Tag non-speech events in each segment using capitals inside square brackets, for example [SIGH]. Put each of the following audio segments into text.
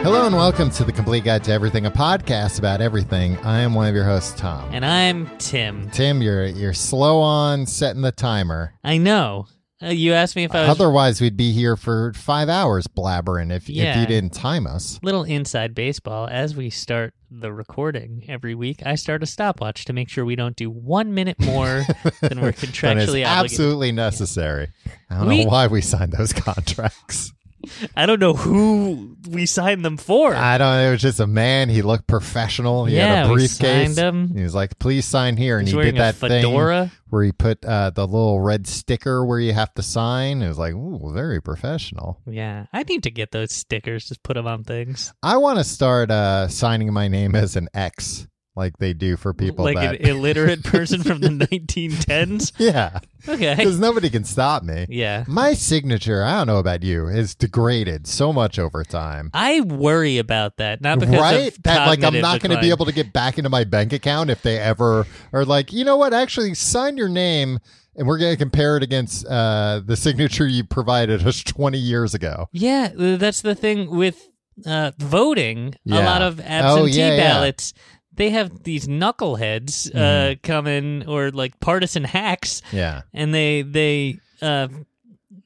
Hello and welcome to the Complete Guide to Everything, a podcast about everything. I am one of your hosts, Tom. And I'm Tim. Tim, you're you're slow on setting the timer. I know. Uh, you asked me if I was Otherwise, we'd be here for five hours blabbering if if Yeah. you didn't time us. little inside baseball. As we start the recording every week, I start a stopwatch to make sure we don't do one minute [LAUGHS] more than When we're it's contractually obligated. absolutely necessary. I don't We- know why we signed those [LAUGHS] contracts. I don't know who we signed them for. I don't. It was just a man. He looked professional. He had Yeah, a we briefcase. signed him. He was like, "Please sign here," and He's he wearing did a that fedora. thing where he put uh, the little red sticker where you have to sign. It was like, "Ooh, very professional." yeah, I need to get those stickers. Just put them on things. I want to start uh, signing my name as an X, like they do for people like that. an illiterate person from the 1910s. [LAUGHS] yeah, Okay. because nobody can stop me. Yeah. My signature, I don't know about you, is degraded so much over time. I worry about that. Not because Right? of That like I'm cognitive not going to be decline. able to get back into my bank account if they ever are like, you know what? Actually, sign your name, and we're going to compare it against uh, the signature you provided us 20 years ago. Yeah, th- that's the thing with uh, voting. A Yeah. lot of Oh, absentee yeah, yeah. ballots. They have these knuckleheads uh, Mm. come in, or like partisan hacks, Yeah, and they they uh,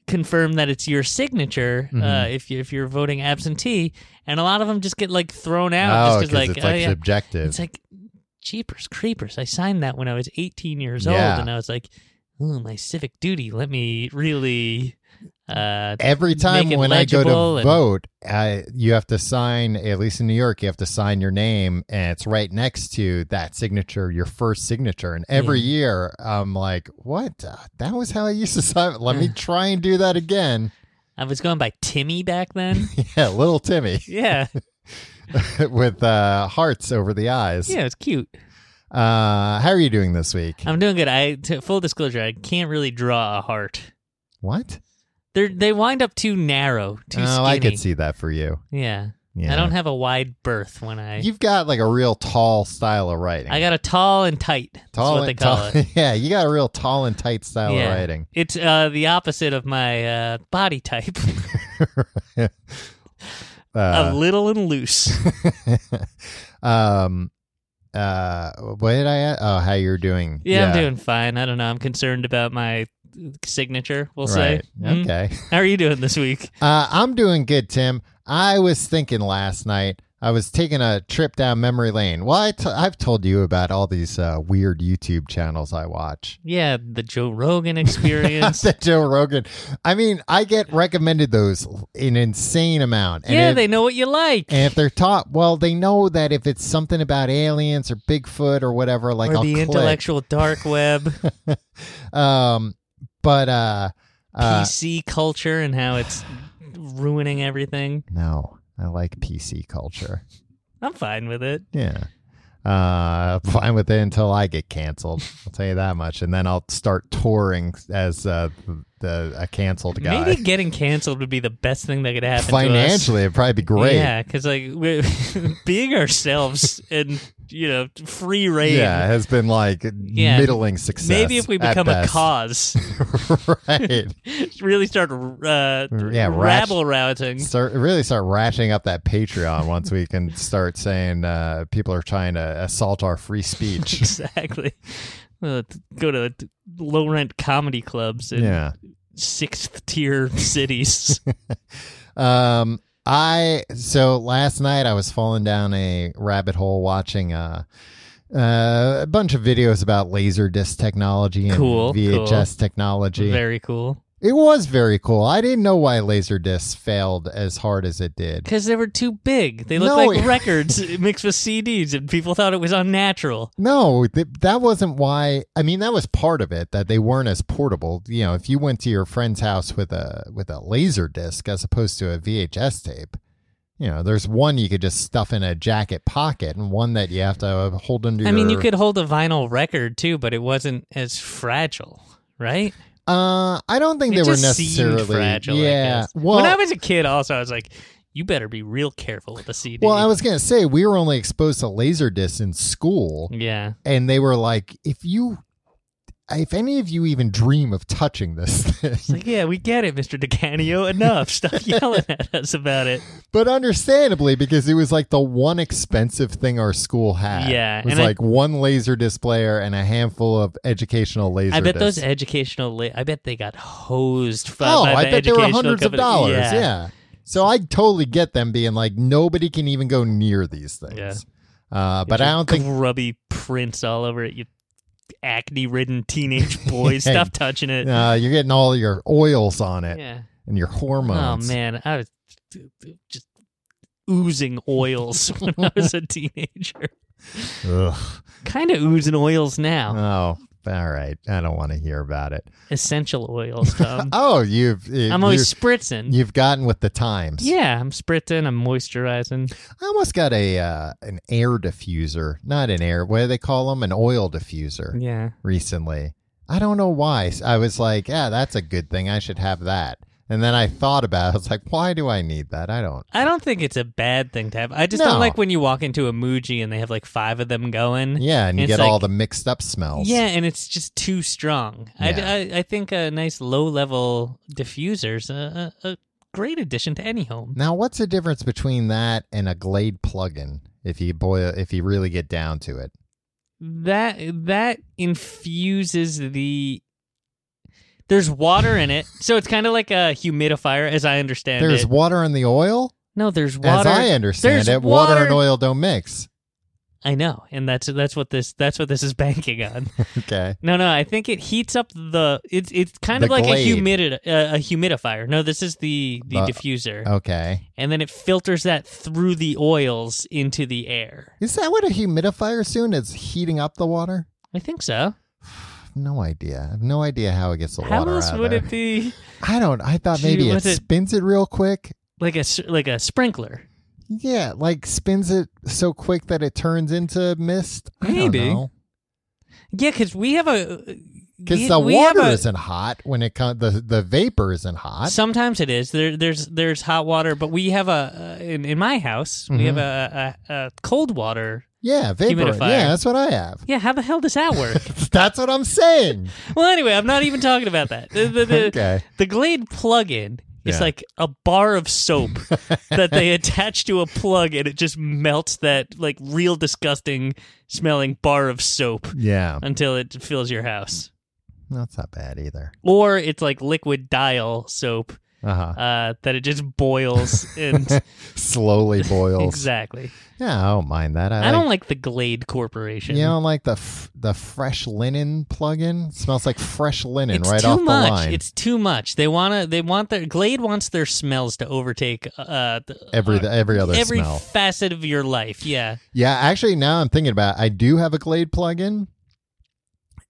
confirm that it's your signature uh, Mm-hmm. if you if you're voting absentee, and a lot of them just get like thrown out. oh, just 'cause, because like, it's oh, like yeah. subjective. It's like jeepers creepers. I signed that when I was 18 years Yeah. old, and I was like, "Ooh, my civic duty. Let me really." Uh, Every time make it when I go legible to and- vote, I, you have to sign, at least in New York, you have to sign your name and it's right next to that signature, your first signature. And every year I'm like, what? Uh, that was how I used to [LAUGHS] sign. Let me try and do that again. [LAUGHS] I was going by Timmy back [LAUGHS] then. Yeah, little Timmy [LAUGHS] yeah. with uh, hearts over the eyes. Yeah, it's cute. Uh, how are you doing this week? I'm doing good. I t- full disclosure, I can't really draw a heart. what? They they wind up too narrow, too Oh, skinny. I could see that for you. Yeah. Yeah. I don't have a wide berth when I You've got like a real tall style of writing. I got a tall and tight. That's tall what and they tall. call [LAUGHS] [LAUGHS] it. yeah, you got a real tall and tight style Yeah. of writing. It's uh, the opposite of my uh, body type. [LAUGHS] [LAUGHS] Uh, a little and [LAUGHS] loose. um uh what did i a- oh how you're doing Yeah, I'm doing fine. I don't know. I'm concerned about my signature, we'll say. right Mm. okay How are you doing this week? uh i'm doing good tim i was thinking last night i was taking a trip down memory lane well i t- i've told you about all these uh weird youtube channels i watch [LAUGHS] Yeah, the Joe Rogan [LAUGHS] experience. that joe rogan i mean i get recommended those an insane amount and yeah, if- they know what you like. and if they're taught well they know that if it's something about aliens or bigfoot or whatever like or I'll the click. intellectual dark web, [LAUGHS] um but uh [LAUGHS] uh PC culture, and how it's ruining everything. No, I like PC culture. I'm fine with it. Yeah. Uh, fine with it until I get canceled. I'll tell you that much, and then I'll start touring as uh, the a canceled guy. Maybe getting canceled would be the best thing that could happen. to us. Financially, it'd probably be great. yeah, because like we're [LAUGHS] being ourselves and you know free reign. Yeah, it has been like Yeah. middling success. Maybe if we at become a best. cause, [LAUGHS] [LAUGHS] right? really start uh, Yeah, ratch- rabble routing. [LAUGHS] Start really start ratcheting up that Patreon once we can start saying uh, people are trying to assault our free [LAUGHS] speech. Exactly. Uh, t- go to t- low rent comedy clubs in yeah. [LAUGHS] sixth tier cities. Um, I so last night I was falling down a rabbit hole watching uh, uh, a bunch of videos about laser disc technology and Cool, VHS technology. Very cool. It was very cool. I didn't know why Laserdisc failed as hard as it did. Because they were too big. They looked No, like it- records [LAUGHS] mixed with CDs, and people thought it was unnatural. No, th- that wasn't why. I mean, that was part of it that they weren't as portable. You know, if you went to your friend's house with a with a laser disc as opposed to a VHS tape, you know, there's one you could just stuff in a jacket pocket, and one that you have to uh, hold under. I mean, you your- could hold a vinyl record too, but it wasn't as fragile, right? Uh, I don't think it they were just seemed necessarily fragile. I Yeah. guess. Well, when I was a kid, also, I was like, you better be real careful with a CD. well, I was gonna say we were only exposed to laser discs in school. Yeah. and they were like, if you, if any of you even dream of touching this [LAUGHS] It's thing, like, yeah, we get it, Mr. DeCanio. [LAUGHS] Enough. Stop yelling at us about it. but understandably, because it was like the one expensive thing our school had. Yeah, it was and I- like one laser disc player and a handful of educational laser. I bet discs. those educational, la- I bet they got hosed. By, oh, by I the bet they were educational hundreds of company. dollars. Yeah. Yeah. So I totally get them being like, nobody can even go near these things. Yeah. Uh, but I don't think grubby prints all over it. You acne-ridden teenage boys. [LAUGHS] Yeah. Stop touching it. uh, you're getting all your oils on it Yeah. and your Oh hormones. man, I was just oozing oils [LAUGHS] when I [LAUGHS] was a teenager. Ugh. Kind of oozing oils now. Oh, all right. I don't want to hear about it. Essential [LAUGHS] oils, Tom. Oh, you've uh, I'm always you've, spritzing. you've gotten with the times. Yeah, I'm spritzing. I'm moisturizing. I almost got a uh, an air diffuser, not an air. What do they call them? An oil diffuser. Yeah. Recently, I don't know why. S- I was like, yeah, that's a good thing. I should have that. And then I thought about. it. I was like, why do I need that? I [LAUGHS] don't. I don't think it's a bad thing to have. I just No. don't like when you walk into a Muji and they have like five of them going. Yeah, and you It's get like- all the mixed up smells. Yeah, and it's just too strong. I- I, I, think a nice low level diffuser's a, a, a great addition to any home. Now, what's the difference between that and a Glade plug-in? If you boil, if you really get down to it, That that infuses the. There's water in it, so it's kind of like a humidifier, as I understand there's it. water in the oil. no, there's water. As I understand there's it, water and oil don't mix. [LAUGHS] I know, and that's that's what this that's what this is [LAUGHS] banking on. Okay. No, no, I think it heats up the. It's it's kind The of like glade. a humidit uh, a humidifier. No, this is the the Uh, diffuser, Okay. and then it filters that through the oils into the air. Is that what a humidifier is doing? It's heating up the water? I think so. I have no idea. I have no idea how it gets the How water else out of would there. it be? I don't. I thought maybe Gee, it was it- spins it real quick. Like a s- like a sprinkler. Yeah, like spins it so quick that it turns into mist. I don't Maybe. know. Yeah, because we have a Because we- the we have water a- isn't hot when it comes. The the vapor isn't hot. Sometimes it is. There, there's there's hot water, but we have a uh, in, in my house we Mm-hmm. have a, a, a cold water. yeah, vapor. humidifier. Yeah, that's what I have. [LAUGHS] Yeah, how the hell does that work? [LAUGHS] That's what I'm saying. well, anyway, I'm not even talking about that. The, the, [LAUGHS] [LAUGHS] the, Okay. the Glade plug-in is Yeah. like a bar of soap that they [LAUGHS] attach to a plug, and it just melts that like real disgusting smelling bar of soap Yeah, until it fills your house. that's not bad either. Or it's like liquid dial soap Uh huh. uh, that it just [LAUGHS] boils and Slowly boils. exactly. Yeah, I don't mind that. I, I like don't like the Glade Corporation. You don't like the f- the fresh linen plug-in? It smells like fresh linen it's right too off the much. line. It's too much. They wanna. They want their Glade wants their smells to overtake uh, the, every every other every smell. facet of your life. Yeah, yeah, actually, now I'm thinking about. It, I do have a Glade plug-in,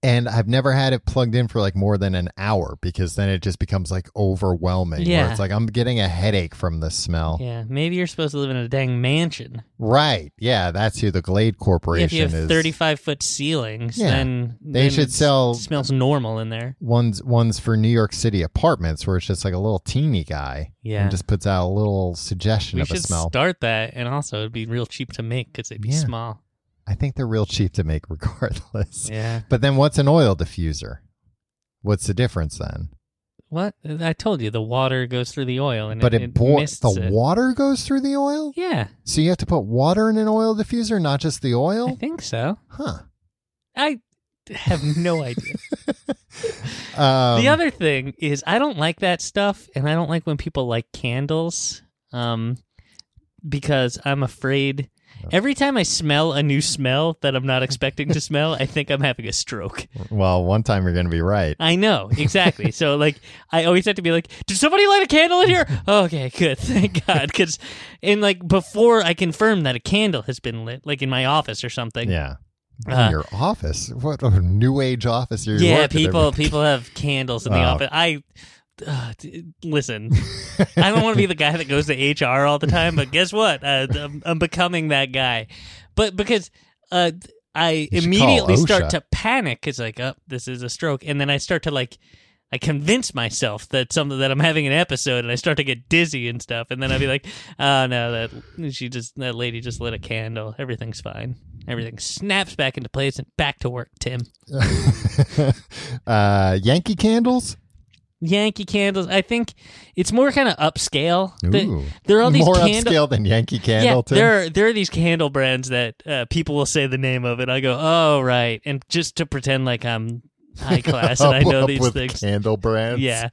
and I've never had it plugged in for like more than an hour because then it just becomes like overwhelming. where Yeah. it's like I'm getting a headache from the smell. yeah. Maybe you're supposed to live in a dang mansion. Right? Yeah, that's who the Glade Corporation If you have is. 35 foot ceilings, Yeah. then They then should it sell- Smells normal in there. One's one's for New York City apartments, where it's just like a little teeny guy, Yeah. and just puts out a little suggestion We of a should smell. start that, and also it'd be real cheap to make because it'd be Yeah. small. I think they're real cheap to make [LAUGHS] regardless. Yeah. But then what's an oil diffuser? What's the difference then? What I told you, the water goes through the oil, and but it, it, boils mists the it. water goes through the oil? Yeah, So you have to put water in an oil diffuser, not just the I [LAUGHS] oil? think so. Huh. I have no idea. Um, the other thing is, I don't like that stuff, and I don't like when people like candles, um, because I'm afraid. Every time I smell a new smell that I'm not expecting to smell, I think I'm having a stroke. Well, one time you're going to be right. I know exactly. so like, I always have to be like, "Did somebody light a candle in here?" Oh, okay, good, [LAUGHS] thank God. Because, and like before I confirm that a candle has been lit, like in my office or something. Yeah. Uh, your office? What a new age office you're Yeah, working in. [LAUGHS] people people have candles in the Oh. office. I uh, d- listen. I don't want to be the guy that goes to HR all the time, but guess what? Uh, I'm, I'm becoming that guy. But because uh, I You should immediately call start OSHA. to panic, it's like, oh, this is a stroke, and then I start to like. I convince myself that something that I'm having an episode, and I start to get dizzy and stuff, and then I'll be like, "Oh no, that she just that lady just lit a candle. Everything's fine. Everything snaps back into place and back to work." Tim. uh, Yankee candles? Yankee candles. I think it's more kind of upscale. The- Ooh. there are all these More candle. upscale than Yankee Yeah, candle, too. there are, there are these candle brands that uh, people will say the name of, and I go, "Oh right," and just to pretend like I'm [LAUGHS] high class and I Up- know up these with things. Candle brands. Yeah,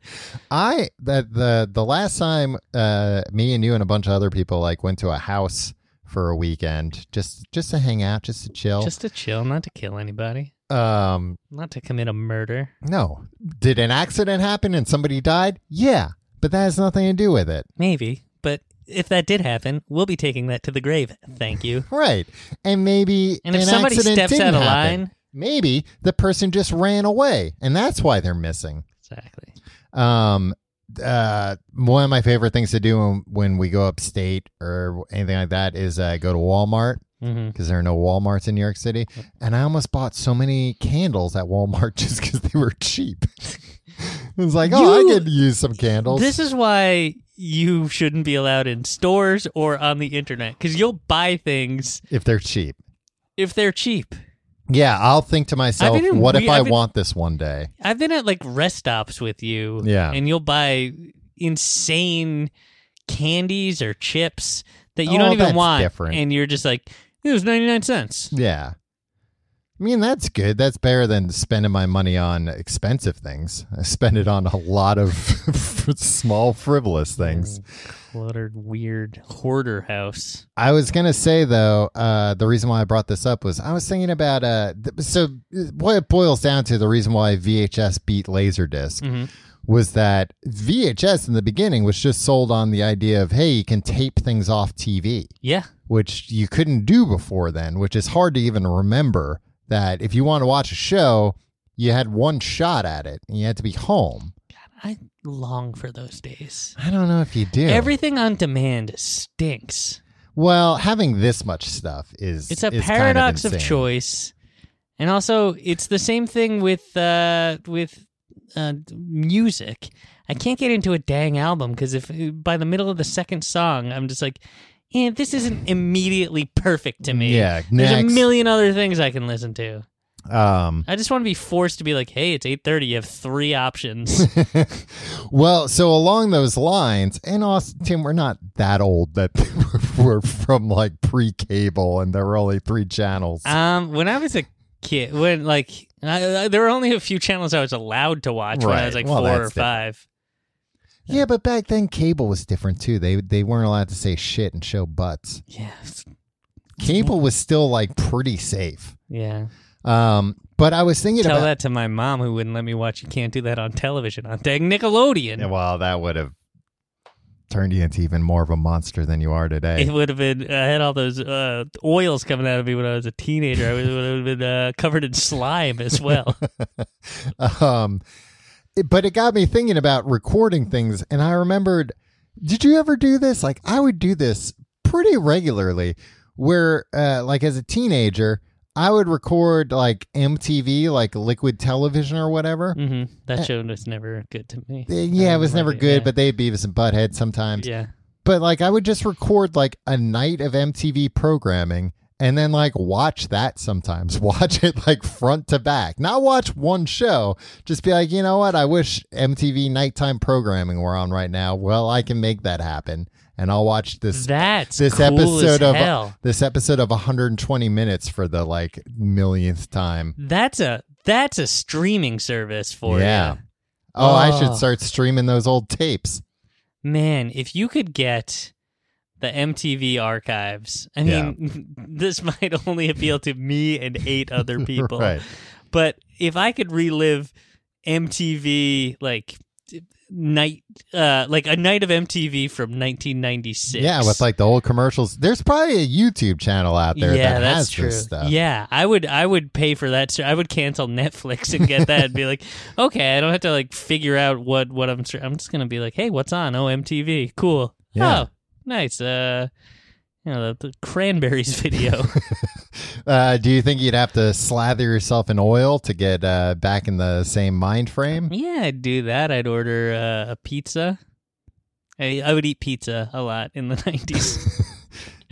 I that the the last time uh me and you and a bunch of other people like went to a house for a weekend just just to hang out, just to chill. just to chill, not to kill anybody, um not to commit a murder. no. Did an accident happen and somebody died? Yeah. But that has nothing to do with it. Maybe, but if that did happen, we'll be taking that to the grave. Thank you. Right. And maybe And if an somebody accident steps didn't out of happen. line, maybe the person just ran away and that's why they're missing. [LAUGHS] exactly. Um, uh, one of my favorite things to do when, when we go upstate or anything like that is uh, go to Walmart hmm because there are no Walmarts in New York City. And I almost bought so many candles at Walmart [LAUGHS] just because they were cheap. [LAUGHS] it was like, oh, You- I could use some candles. This is why you shouldn't be allowed in stores or on the internet because you'll buy things if they're cheap. if they're cheap. Yeah, I'll think to myself, been in what if we- I I've been- want this one day? I've been at like rest stops with you, Yeah. and you'll buy insane candies or chips that you Oh, don't even that's want, different. and you're just like, it was ninety nine cents. Yeah. I mean, that's good. That's better than spending my money on expensive things. [LAUGHS] I spend it on a lot of [LAUGHS] small, frivolous things. Cluttered, weird hoarder house. I was gonna say though, uh, the reason why I brought this up was I was thinking about uh, th- so what it boils down to the reason why VHS beat Laserdisc was that VHS in the beginning was just sold on the idea of hey, you can tape things off TV, Yeah, which you couldn't do before then, which is hard to even remember that if you want to watch a show, you had one shot at it and you had to be home. I long for those days. I don't know if you do. Everything on demand stinks. well, having this much stuff is It's a is kind paradox of, insane. choice, and also it's the same thing with uh, with uh, music. I can't get into a dang album because if by the middle of the second song, I'm just like, eh, this isn't immediately perfect to me. Yeah, There's next. a million other things I can listen to. Um, I just want to be forced to be like, "Hey, it's 8:30. You have [LAUGHS] three options." well, so along those lines, and also, Tim, we're not that old that [LAUGHS] we're from like pre-cable, and there were only three channels. Um, when I was a kid, when like I, I, there were only a few channels I was allowed to watch when I was Right. like Well, four or that's different. five. yeah, but back then cable was different too. They they weren't allowed to say shit and show butts. Yeah, Cable was still like pretty safe. yeah. Um, but I was thinking Tell about that to my mom who wouldn't let me watch. You can't do that on television on dang Nickelodeon. Yeah, well, that would have turned you into even more of a monster than you are [LAUGHS] today. It would have been. I had all those uh, oils coming out of me when I was a teenager. I would would have been uh, covered in slime [LAUGHS] as well. um it- but it got me thinking about recording things and i remembered did you ever do this like i would do this pretty regularly where uh like as a teenager i would record like mtv like liquid television or whatever Eh, hmm That show was never good to me. Uh, yeah it was never Yeah. good but they had beavis and butthead sometimes Yeah, but like i would just record like a night of mtv programming and then like watch that sometimes [LAUGHS] watch it like front to back not watch one show just be like you know what i wish mtv nighttime programming were on right now well i can make that happen and i'll watch this that's this cool episode as of uh, hell. this episode of 120 minutes for the like millionth time That's a that's a streaming service for Yeah. ya. oh i Oh. should start streaming those old tapes Man, if you could get the MTV archives. I mean, [LAUGHS] this might only appeal to me and [LAUGHS] eight other people. Right. But if I could relive MTV like night uh like a night of MTV from 1996. Yeah, with like the old commercials. There's probably a YouTube channel out there yeah, that that's has true. this stuff. Yeah, I would I would pay for that. ser- I would cancel Netflix and get that and be like, [LAUGHS] okay, I don't have to like figure out what what I'm. ser- I'm just gonna be like, hey, what's on? Oh, MTV, cool. Yeah. Oh, nice. Uh, you know the, the Cranberries [LAUGHS] video. Uh, do you think you'd have to slather yourself in oil to get uh, back in the same mind frame? yeah, I'd do that. I'd order uh, a pizza. I, I would eat pizza a lot in the [LAUGHS] 90s. [LAUGHS]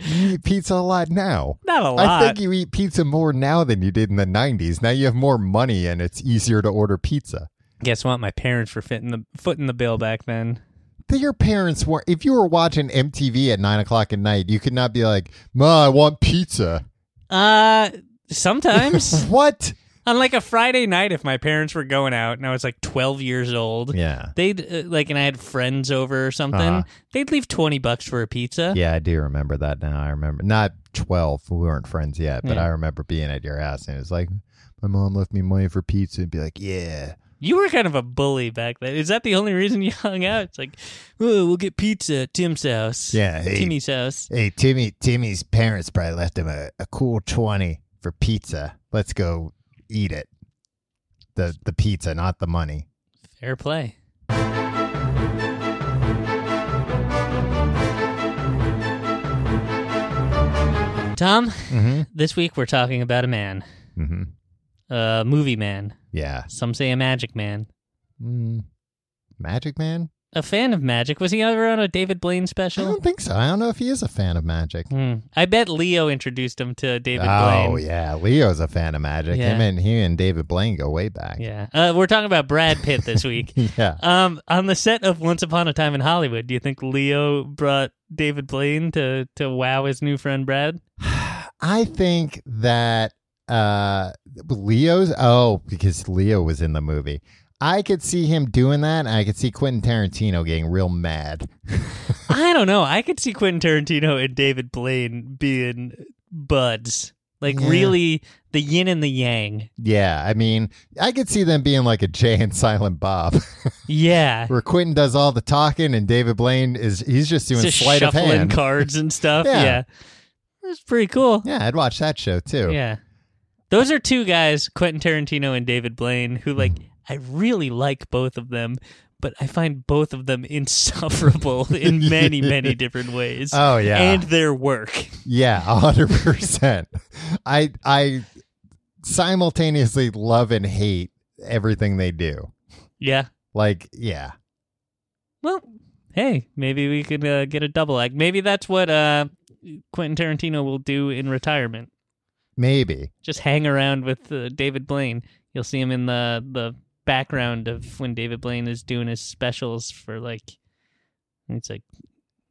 You eat pizza a lot now. Not a lot. I think you eat pizza more now than you did in the 90s. Now you have more money and it's easier to order pizza. Guess what? My parents were fitting the foot in the bill back then. that your parents were if you were watching MTV at nine o'clock at night, you could not be like, Ma, I want pizza. Uh, [LAUGHS] sometimes. What? on like a Friday night if my parents were going out and I was like 12 years old. Yeah. They'd uh, like and I had friends over or something. Uh-huh. They'd leave 20 bucks for a pizza. Yeah, I do remember that now. I remember not twelve, we weren't friends yet, but Yeah. I remember being at your house and it was like my mom left me money for pizza and be like, Yeah. You were kind of a bully back then. Is that the only reason you [LAUGHS] hung out? It's like, "Oh, we'll get pizza at Tim's house." Yeah. Hey, Timmy's house. hey Timmy Timmy's parents probably left him a, a cool twenty for pizza. Let's go eat it. The the pizza, not the money. Fair play. Tom, Mm-hmm. this week we're talking about a man, Mm-hmm. a movie man. Yeah. Some say a magic man. Mm. Magic Man? a fan of magic. Was he ever on a David Blaine I special? don't think so. I don't know if he is a fan of magic. Hmm. I bet Leo introduced him to David Blaine. oh yeah, Leo's a fan of magic. Him Yeah. and he and David Blaine go way back. yeah. Uh, we're talking about Brad Pitt this week. [LAUGHS] [LAUGHS] Yeah. um, on the set of Once Upon a Time in Hollywood, do you think Leo brought David Blaine to to wow his new friend Brad? I think that uh Leo's oh because Leo was in the movie. I could see him doing that. And I could see Quentin Tarantino getting real mad. I don't know. I could see Quentin Tarantino and David Blaine being buds, like Yeah. really the yin and the yang. Yeah, I mean, I could see them being like a Jay and Silent Bob, [LAUGHS] Yeah. where Quentin does all the talking and David Blaine is he's just doing Just sleight of shuffling hand. cards and stuff. Yeah. yeah. That's pretty cool. yeah, I'd watch that show too. Yeah. Those are two guys, Quentin Tarantino and David Blaine, who like I really like both of them, but I find both of them [LAUGHS] insufferable in many, [LAUGHS] many different ways. Oh yeah. And their work. Yeah, a hundred percent. I I simultaneously love and hate everything they do. Yeah. Like, yeah, Well, hey, maybe we could uh, get a double act. Maybe that's what uh, Quentin Tarantino will do in retirement. maybe. Just hang around with uh, David Blaine. You'll see him in the the background of when David Blaine is doing his specials for like it's like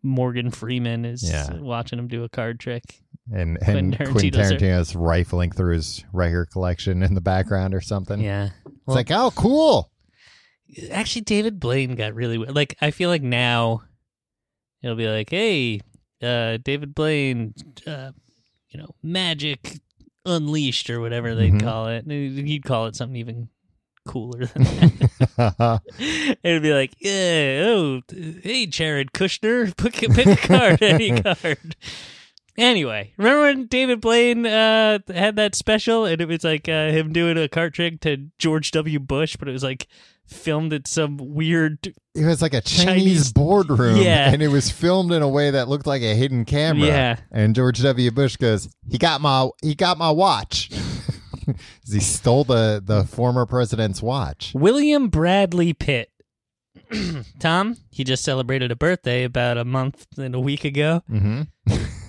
Morgan Freeman is Yeah. watching him do a card trick. And and Quentin Quentin Tarantino's there. Tarantino's rifling through his record collection in the background or something. Yeah. It's like, oh, cool. [LAUGHS] Actually David Blaine got really weird. like I feel like now it'll be like, "Hey, uh David Blaine, uh you know, Magic Unleashed or whatever they'd Mhm. call it." He'd call it something even cooler than that. [LAUGHS] It'd be like, yeah, oh, hey, Jared Kushner, [LAUGHS] pick a, pick a card, [LAUGHS] any card. Anyway, remember when David Blaine uh, had that special and it was like uh, him doing a card trick to George W. Bush, but it was like filmed at some weird. it was like a Chinese, Chinese- boardroom, [LAUGHS] Yeah. and it was filmed in a way that looked like a hidden camera. Yeah. And George W. Bush goes, "He got my he got my watch." [LAUGHS] 'Cause he stole the the former president's [LAUGHS] watch. William Bradley Pitt. [CLEARS THROAT] Tom, he just celebrated a birthday about a month and a week ago, [LAUGHS] Mm-hmm.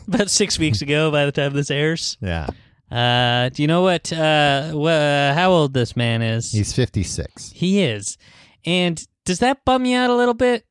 about six weeks ago by the time this airs. Yeah. Uh, do you know what, uh, wh- uh, how old this man is? He's 56. He is. And does that bum you out a little bit?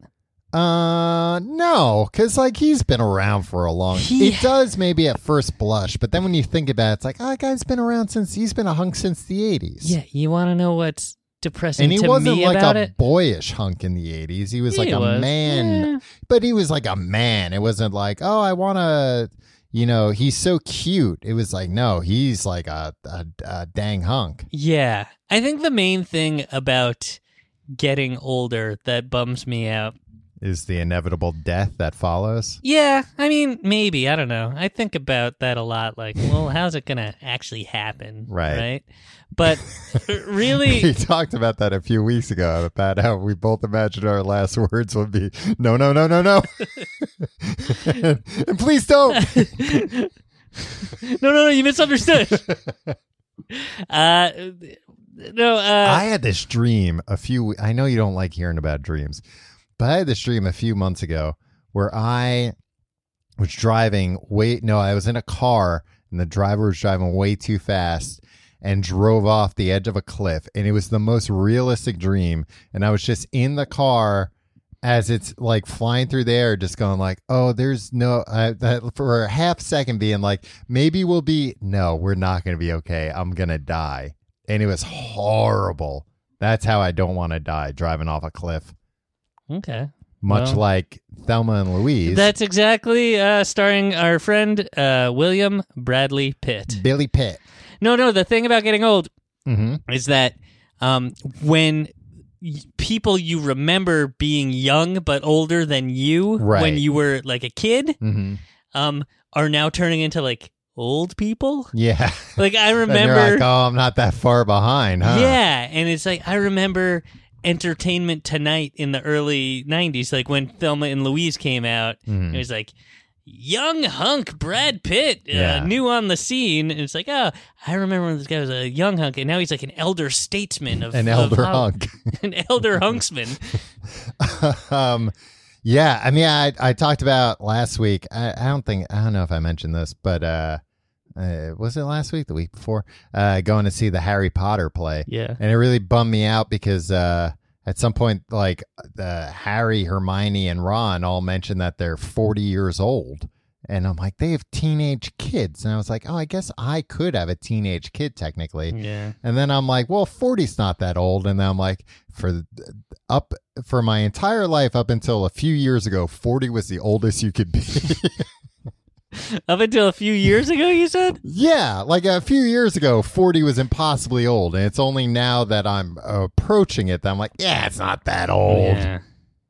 Uh, no, because like he's been around for a long. He- It does maybe at first blush, but then when you think about it, it's like, oh, that guy's been around since he's been a hunk since the 80s. Yeah, you want to know what's depressing And he to wasn't me like about a it. boyish hunk in the 80s. He was He like a was. man, Yeah. but he was like a man. It wasn't like, oh, I want to, you know, he's so cute. It was like, no, he's like a, a, a dang hunk. Yeah. I think the main thing about getting older that bums me out. Is the inevitable death that follows? Yeah, I mean, maybe, I don't know. I think about that a lot like, well, how's it going to actually happen? Right. Right? [LAUGHS] But We [LAUGHS] really talked about that a few weeks ago about how we both imagined our last [LAUGHS] words would be no, no, no, no, [LAUGHS] no. and, please don't. No, no, no, [LAUGHS] you misunderstood. uh no, uh I had this dream a few. I know you don't like hearing about dreams, but I had this dream a few months ago where I was driving. Wait, no, I was in a car and the driver was driving way too fast and drove off the edge of a cliff. And it was the most realistic dream. And I was just in the car as it's like flying through the air, just going like, "Oh, there's no." I, that, for a half second, being like, "Maybe we'll be." No, we're not going to be okay. I'm going to die, and it was horrible. That's how I don't want to die driving off a cliff, okay. much Well. like Thelma and Louise. That's exactly uh starring our friend uh William Bradley Pitt. Billy Pitt. No, no, the thing about getting old Mm-hmm. is that um, when y- people you remember being young but older than you when Right. you were like a kid Mm-hmm. um, are now turning into like old people. Yeah. Like I And they're like, remember, oh, I'm not that far behind, huh? yeah, and it's like I remember Entertainment Tonight in the early '90s, like when Thelma and Louise came out. Mhm. It was like. Young hunk Brad Pitt, uh, Yeah. new on the scene, and it's like, oh, I remember when this guy was a young hunk, and now he's like an elder statesman of An of elder Hollywood. hunk. [LAUGHS] an elder [LAUGHS] hunksman. um, yeah, I mean, I I talked about last week. I, I don't think I don't know if I mentioned this, but uh, uh, was it last week? The week before? Uh, going to see the Harry Potter play, Yeah. and it really bummed me out because uh, at some point, like uh, Harry, Hermione, and Ron all mentioned that they're forty years old. And I'm like, they have teenage kids. And I was like, oh, I guess I could have a teenage kid technically. Yeah. And then I'm like, well, 40's not that old. And then I'm like, for th- up for my entire life up until a few years ago, 40 was the oldest you could be. [LAUGHS] Up until a few years ago, you said? yeah, like a few years ago, 40 was impossibly old, and it's only now that I'm approaching it that I'm like, yeah, it's not that old. Oh, Yeah.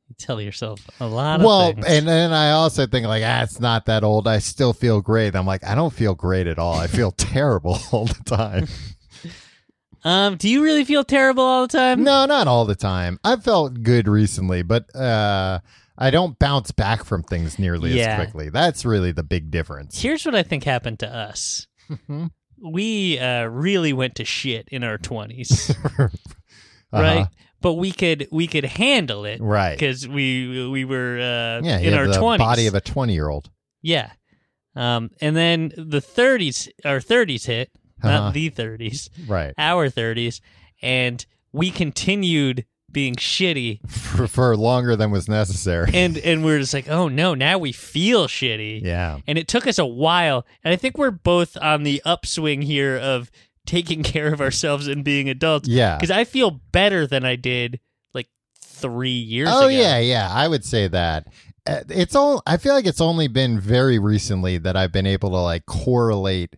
You tell yourself a lot of Well, things. and then I also think like, ah, it's not that old. I still feel great. I'm like, I don't feel great at all. I feel [LAUGHS] terrible all the [LAUGHS] time. um, do you really feel terrible all the time? No, not all the time. I felt good recently, but uh, I don't bounce back from things nearly Yeah. as quickly. That's really the big difference. Here's what I think happened to us. Mm-hmm. we uh, really went to shit in [LAUGHS] our 20s, Uh-huh. right? But we could we could handle it Right. because we we were uh, Yeah, you in have our the 20s. body of a 20 year old. yeah. Um, and then the 30s, our 30s hit, Uh-huh. not the 30s. Right. our 30s and we continued being shitty For, for longer than was [LAUGHS] necessary. and and we're just like oh no now we feel shitty yeah. and it took us a while and i think we're both on the upswing here of taking [LAUGHS] care of ourselves and being adults Yeah. because i feel better than i did like three years Oh, ago yeah. [LAUGHS] Yeah. I would say that. Uh, It's all, I feel like it's only been very recently that I've been able to like correlate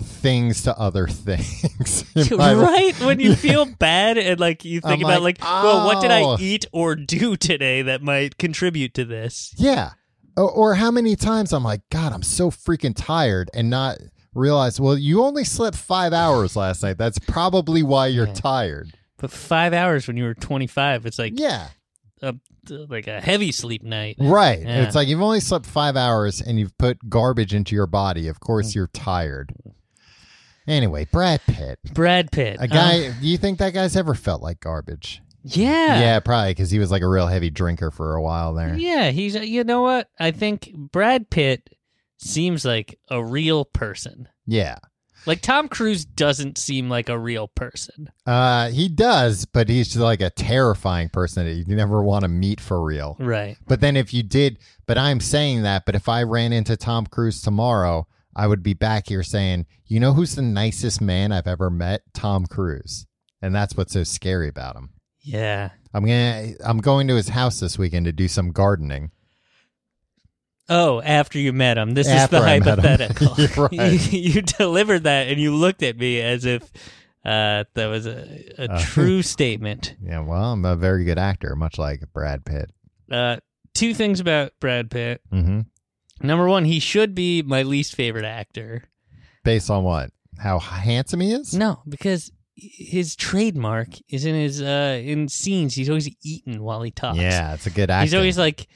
things to other [LAUGHS] things. [LAUGHS] in my life. right [LAUGHS] when you feel bad and like you think I'm about like, like, well what did i "Oh." eat or do today that might contribute to this Yeah. Or, or how many times I'm like, God, I'm so freaking tired and not realize, well, you only slept five hours last night. That's probably why you're tired. but five hours when you were 25 it's like Yeah. a like a heavy sleep night. Right. Yeah. It's like you've only slept five hours and you've put garbage into your body. Of Mm. course, you're tired. Anyway, Brad Pitt, Brad Pitt, a Uh, guy, do you think that guy's ever felt like garbage? yeah, yeah, probably because he was like a real heavy drinker for a while there. Yeah, He's you know what? I think Brad Pitt seems like a real person. Yeah. Like Tom Cruise doesn't seem like a real person. Uh, he does, but he's just like a terrifying person that you never want to meet for real. Right. But then if you did, but I'm saying that, but if I ran into Tom Cruise tomorrow, I would be back here saying, you know who's the nicest man I've ever met? Tom Cruise. and that's what's so scary about him. Yeah. I'm gonna I'm going to his house this weekend to do some gardening. Oh, after you met him. This After is the I met him. [LAUGHS] hypothetical. [LAUGHS] You're right. you, you delivered that and you looked at me as if uh, that was a, a Uh. true statement. Yeah, well, I'm a very good actor, much like Brad Pitt. Uh, two things about Brad Pitt. Mm-hmm. Number one, he should be my least favorite actor. Based on what? How handsome he is? No, because his trademark is in his uh, in scenes. He's always eating while he talks. Yeah, it's a good actor. he's always like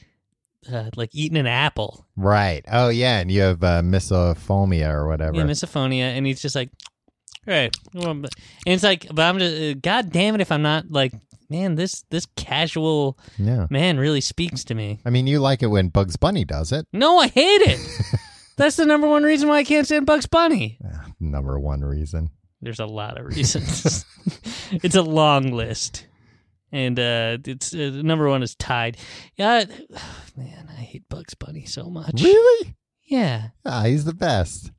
uh, like eating an apple. right. Oh yeah, and you have uh, misophonia or whatever. Yeah, misophonia, and he's just like, all right, well, but- and it's like, but I'm just, uh, god damn it, if I'm not like, man, this this casual yeah. man really speaks to me. I mean, you like it when Bugs Bunny does it. No, I hate it. That's the number one reason why I can't stand Bugs Bunny. Ah, Number one [LAUGHS] reason. There's a lot of reasons. [LAUGHS] it's a long list, and uh, it's uh, number one is tied. Yeah, [SIGHS] man, I hate Bugs Bunny so much. Really? Yeah, Ah, he's the best.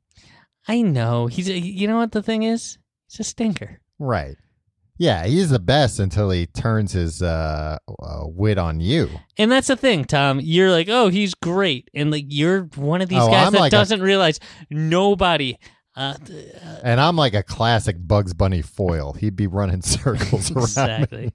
I know. He's a, you know what the thing is? He's a stinker. Right. Yeah, he's the best until he turns his uh, uh, wit on you. And that's the thing, Tom. You're like, oh, he's great, and like you're one of these Oh, guys I'm that like a- doesn't realize nobody. Uh, [LAUGHS] th- And I'm like a classic Bugs Bunny foil. He'd be running [LAUGHS] circles around. exactly.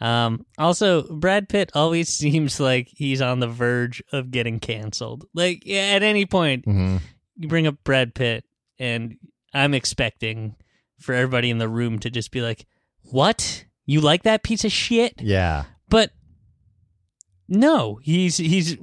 Um, also, Brad Pitt always [LAUGHS] seems like he's on the verge of getting canceled. Like yeah, at any point, hmm you bring up Brad Pitt, and I'm expecting for everybody in the room to just be like, "What? You like that piece of shit?" Yeah. But no, he's he's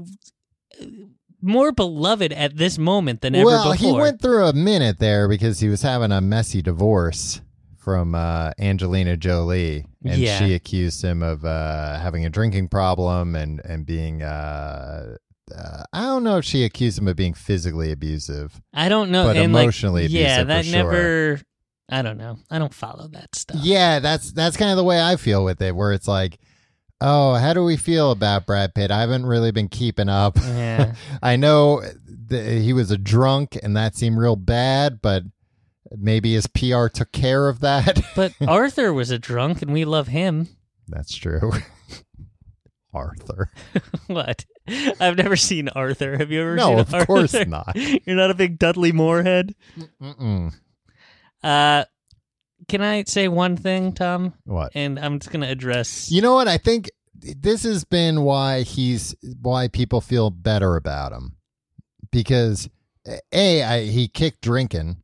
more beloved at this moment than ever well, before. he went through a minute there because he was having a messy divorce from uh, Angelina Jolie, and Yeah. she accused him of uh, having a drinking problem and and being. Uh, uh, I don't know if she accused him of being physically abusive. I don't know, but and like, emotionally abusive yeah, for that sure. never. I don't know. I don't follow that stuff. Yeah, that's that's kind of the way I feel with it, where it's like, oh, how do we feel about Brad Pitt? I haven't really been keeping up. Yeah. I know th- he was a drunk, and that seemed real bad, but maybe his PR took care of that. [LAUGHS] But Arthur was a drunk, and we love him. [LAUGHS] That's true. [LAUGHS] Arthur. what? I've never seen Arthur. Have you ever seen No, of Arthur? course not. [LAUGHS] You're not a big Dudley Moore head. Mm-mm. Uh, can I say one thing, Tom? What? And I'm just gonna address. You know what? I think this has been why he's why people feel better about him because a I, he kicked drinking,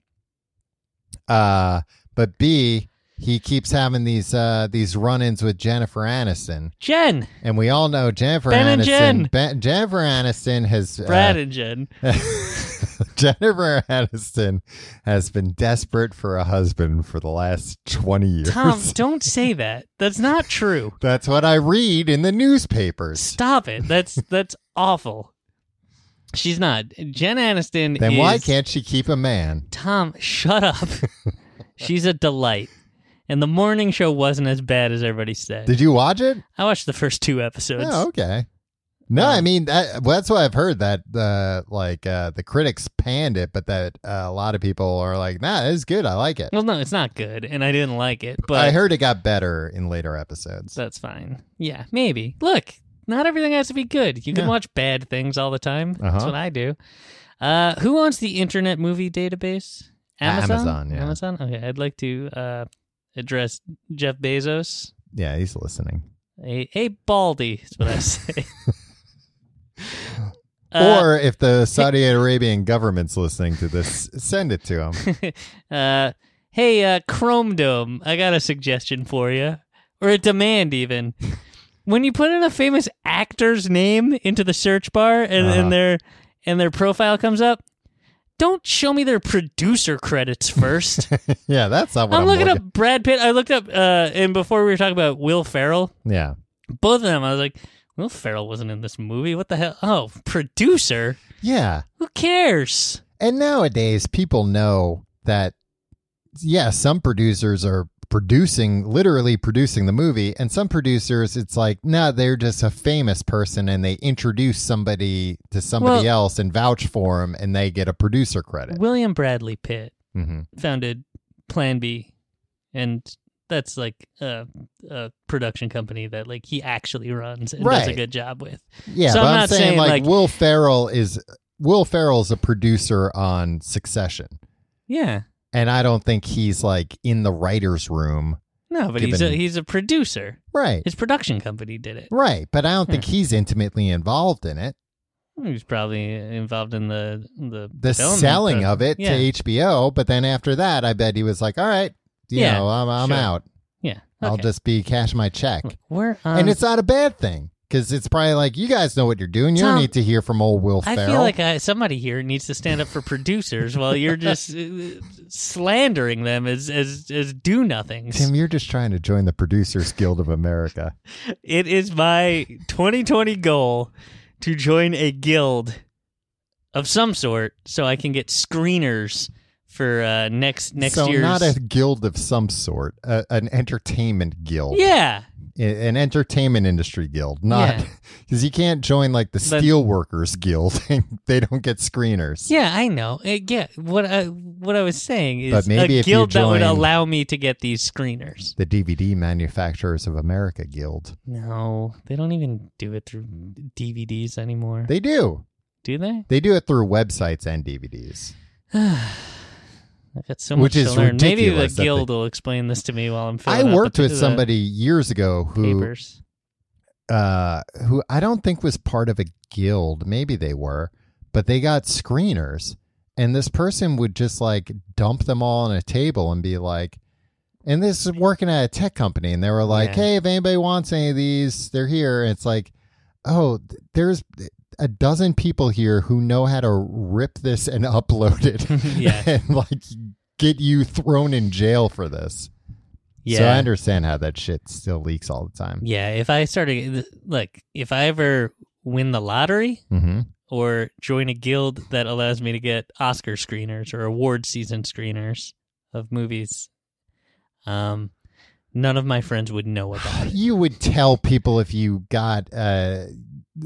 uh, but b he keeps having these uh these run-ins with Jennifer Aniston, Jen, and we all know Jennifer Ben and Aniston. Jen. Ben- Jennifer Aniston has uh, Brad, and Jen. [LAUGHS] Jennifer Aniston has been desperate for a husband for the last twenty years. Tom, don't say that. That's not true. [LAUGHS] That's what I read in the newspapers. Stop it. That's that's awful. She's not. Jen Aniston Then is why can't she keep a man? Tom, [LAUGHS] shut up. She's a delight. And the morning show wasn't as bad as everybody said. Did you watch it? I watched the first two episodes. Oh, okay. No, I mean that, well, that's why I've heard that uh, like uh, the critics panned it, but that uh, a lot of people are like, "Nah, it's good. I like it." Well, no, it's not good, and I didn't like it, but I heard it got better in later episodes. that's fine. Yeah, maybe. Look, not everything has to be good. You can Yeah. watch bad things all the time. That's Uh-huh. what I do. Uh, who owns the Internet Movie Database? Amazon. Amazon, yeah. Amazon. Okay, I'd like to uh, address Jeff Bezos. Yeah, he's listening. A, a baldy is what I [LAUGHS] say. Uh, or if the Saudi Arabian government's listening to this, send it to him. Uh, hey, uh, Chrome Dome, I got a suggestion for you, or a demand even. when you put in a famous actor's name into the search bar and, Uh-huh. and their and their profile comes up, don't show me their producer credits first. yeah, that's not what I'm I'm, looking up Brad Pitt. I looked up, uh, and before we were talking about Will Ferrell, Yeah, both of them, I was like, Will Ferrell wasn't in this movie. What the hell? Oh, producer? yeah. Who cares? And nowadays, people know that, yeah, some producers are producing, literally producing the movie, and some producers, it's like, no, they're just a famous person and they introduce somebody to somebody Well- else and vouch for them and they get a producer credit. Mm-hmm. William Bradley Pitt. hmm founded Plan B and that's like a, a production company that like he actually runs and does a Right. good job with. Yeah, So but I'm I'm not saying, saying, like, like- Will Ferrell is Will Ferrell's a producer on Succession, Yeah. and I don't think he's like in the writers' room, No, but he's a, Given- he's a producer. right? His production company did it. right, but I don't Hmm. think he's intimately involved in it. He's probably involved in the the The development selling pro- of it Yeah. to HBO, but then after that, I bet he was like, "All right, you Yeah, know, I'm, I'm sure. out. yeah. I'll okay. Hmm. just be cash my check." We're um, on. and it's not a bad thing because it's probably like you guys know what you're doing. You Tom, don't need to hear from old Will I Ferrell. feel like I, somebody here needs to stand up for producers while you're just [LAUGHS] uh, slandering them as as as do nothings. Tim, you're just trying to join the Producers Guild of America. It is my 2020 goal to join a guild of some sort so I can get screeners for uh, next next so year's. not a guild of some sort, a, an entertainment guild, yeah, A- an entertainment industry guild, not [LAUGHS] Yeah. because you can't join like the But- steelworkers guild; [LAUGHS] and they don't get screeners. yeah, I know. Uh, yeah, what I what I was saying is But maybe a if you guild that would join- allow me to get these screeners. The DVD Manufacturers of America Guild. No, they don't even do it through DVDs anymore. They do. do they? They do it through websites and DVDs. I've got so Which much is to learn. Maybe the ridiculous that they- guild will explain this to me while I'm filling I out the- worked with the somebody years ago who papers. uh, who I don't think was part of a guild. Maybe they were, but they got screeners. And this person would just like dump them all on a table and be like, and this is working at a tech company. And they were like, Yeah. hey, if anybody wants any of these, they're here. And it's like, oh, th- there's a dozen people here who know how to rip this and [LAUGHS] upload it. [LAUGHS] Yeah. [LAUGHS] And like get you thrown in jail for this. Yeah. So I understand how that shit still leaks all the time. Yeah, if I started like if I ever win the lottery Mm-hmm. or join a guild that allows me to get Oscar screeners or award season screeners of movies, um, none of my friends would know [SIGHS] about it. you would tell people if you got uh,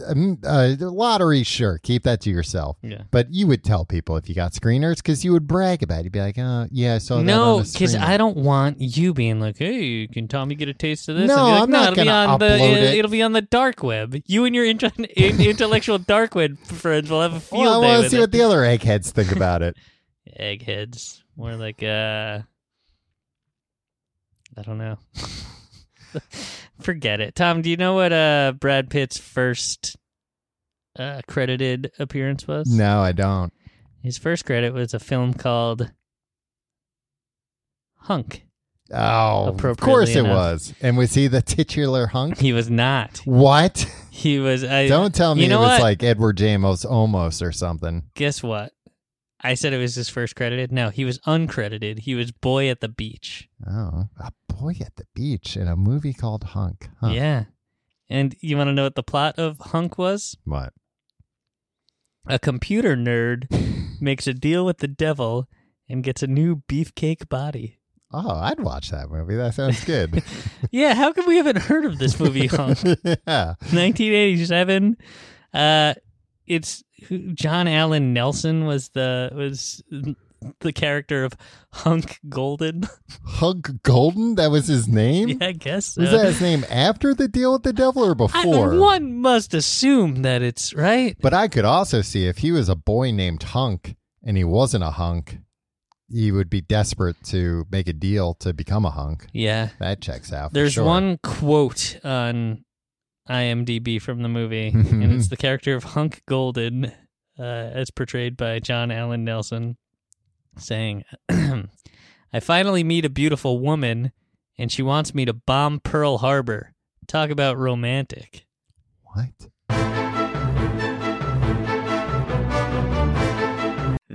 a, a lottery sure keep that to yourself Yeah. but you would tell people if you got screeners because you would brag about it you'd be like oh yeah i saw that no, because because I don't want you being like, "Hey, can Tommy get a taste of this?" No, and be like, I'm no, not it'll be gonna on the upload it." will be on the dark web. You and your inter- [LAUGHS] in- intellectual dark web friends will have a field Oh, well, I day want to with see it. what [LAUGHS] the other eggheads think about it. eggheads. More like uh I don't know. [LAUGHS] Forget it. Tom, do you know what uh Brad Pitt's first uh credited appearance was? No, I don't. His first credit was a film called Hunk. Oh, of Appropriately course it enough. was. And was he the titular hunk? He was not. What? He was I Don't tell me you know it was what? like Edward Jamos almost or something. guess what? I said it was his first credited. No, he was uncredited. He was boy at the beach. Oh, a boy at the beach in a movie called Hunk. Huh. Yeah. And you want to know what the plot of Hunk was? What? A computer [LAUGHS] nerd makes a deal with the devil and gets a new beefcake body. Oh, I'd watch that movie. That sounds good. [LAUGHS] Yeah, how come we haven't heard of this movie, Hunk? yeah. 1987. Uh, it's who- John Allen Nelson was the was the character of Hunk Golden. Hug Golden? That was his name? [LAUGHS] yeah, I guess so. Was that his name after the deal with the devil or I- before? one must assume that it's right. But I could also see if he was a boy named Hunk and he wasn't a hunk, he would be desperate to make a deal to become a hunk. Yeah. That checks out. for There's sure. one quote on IMDb from the movie, and [LAUGHS] it's the character of Hunk Golden, uh, as portrayed by John Allen Nelson, saying, [CLEARS THROAT] I finally meet a beautiful woman, and she wants me to bomb Pearl Harbor. Talk about romantic. What?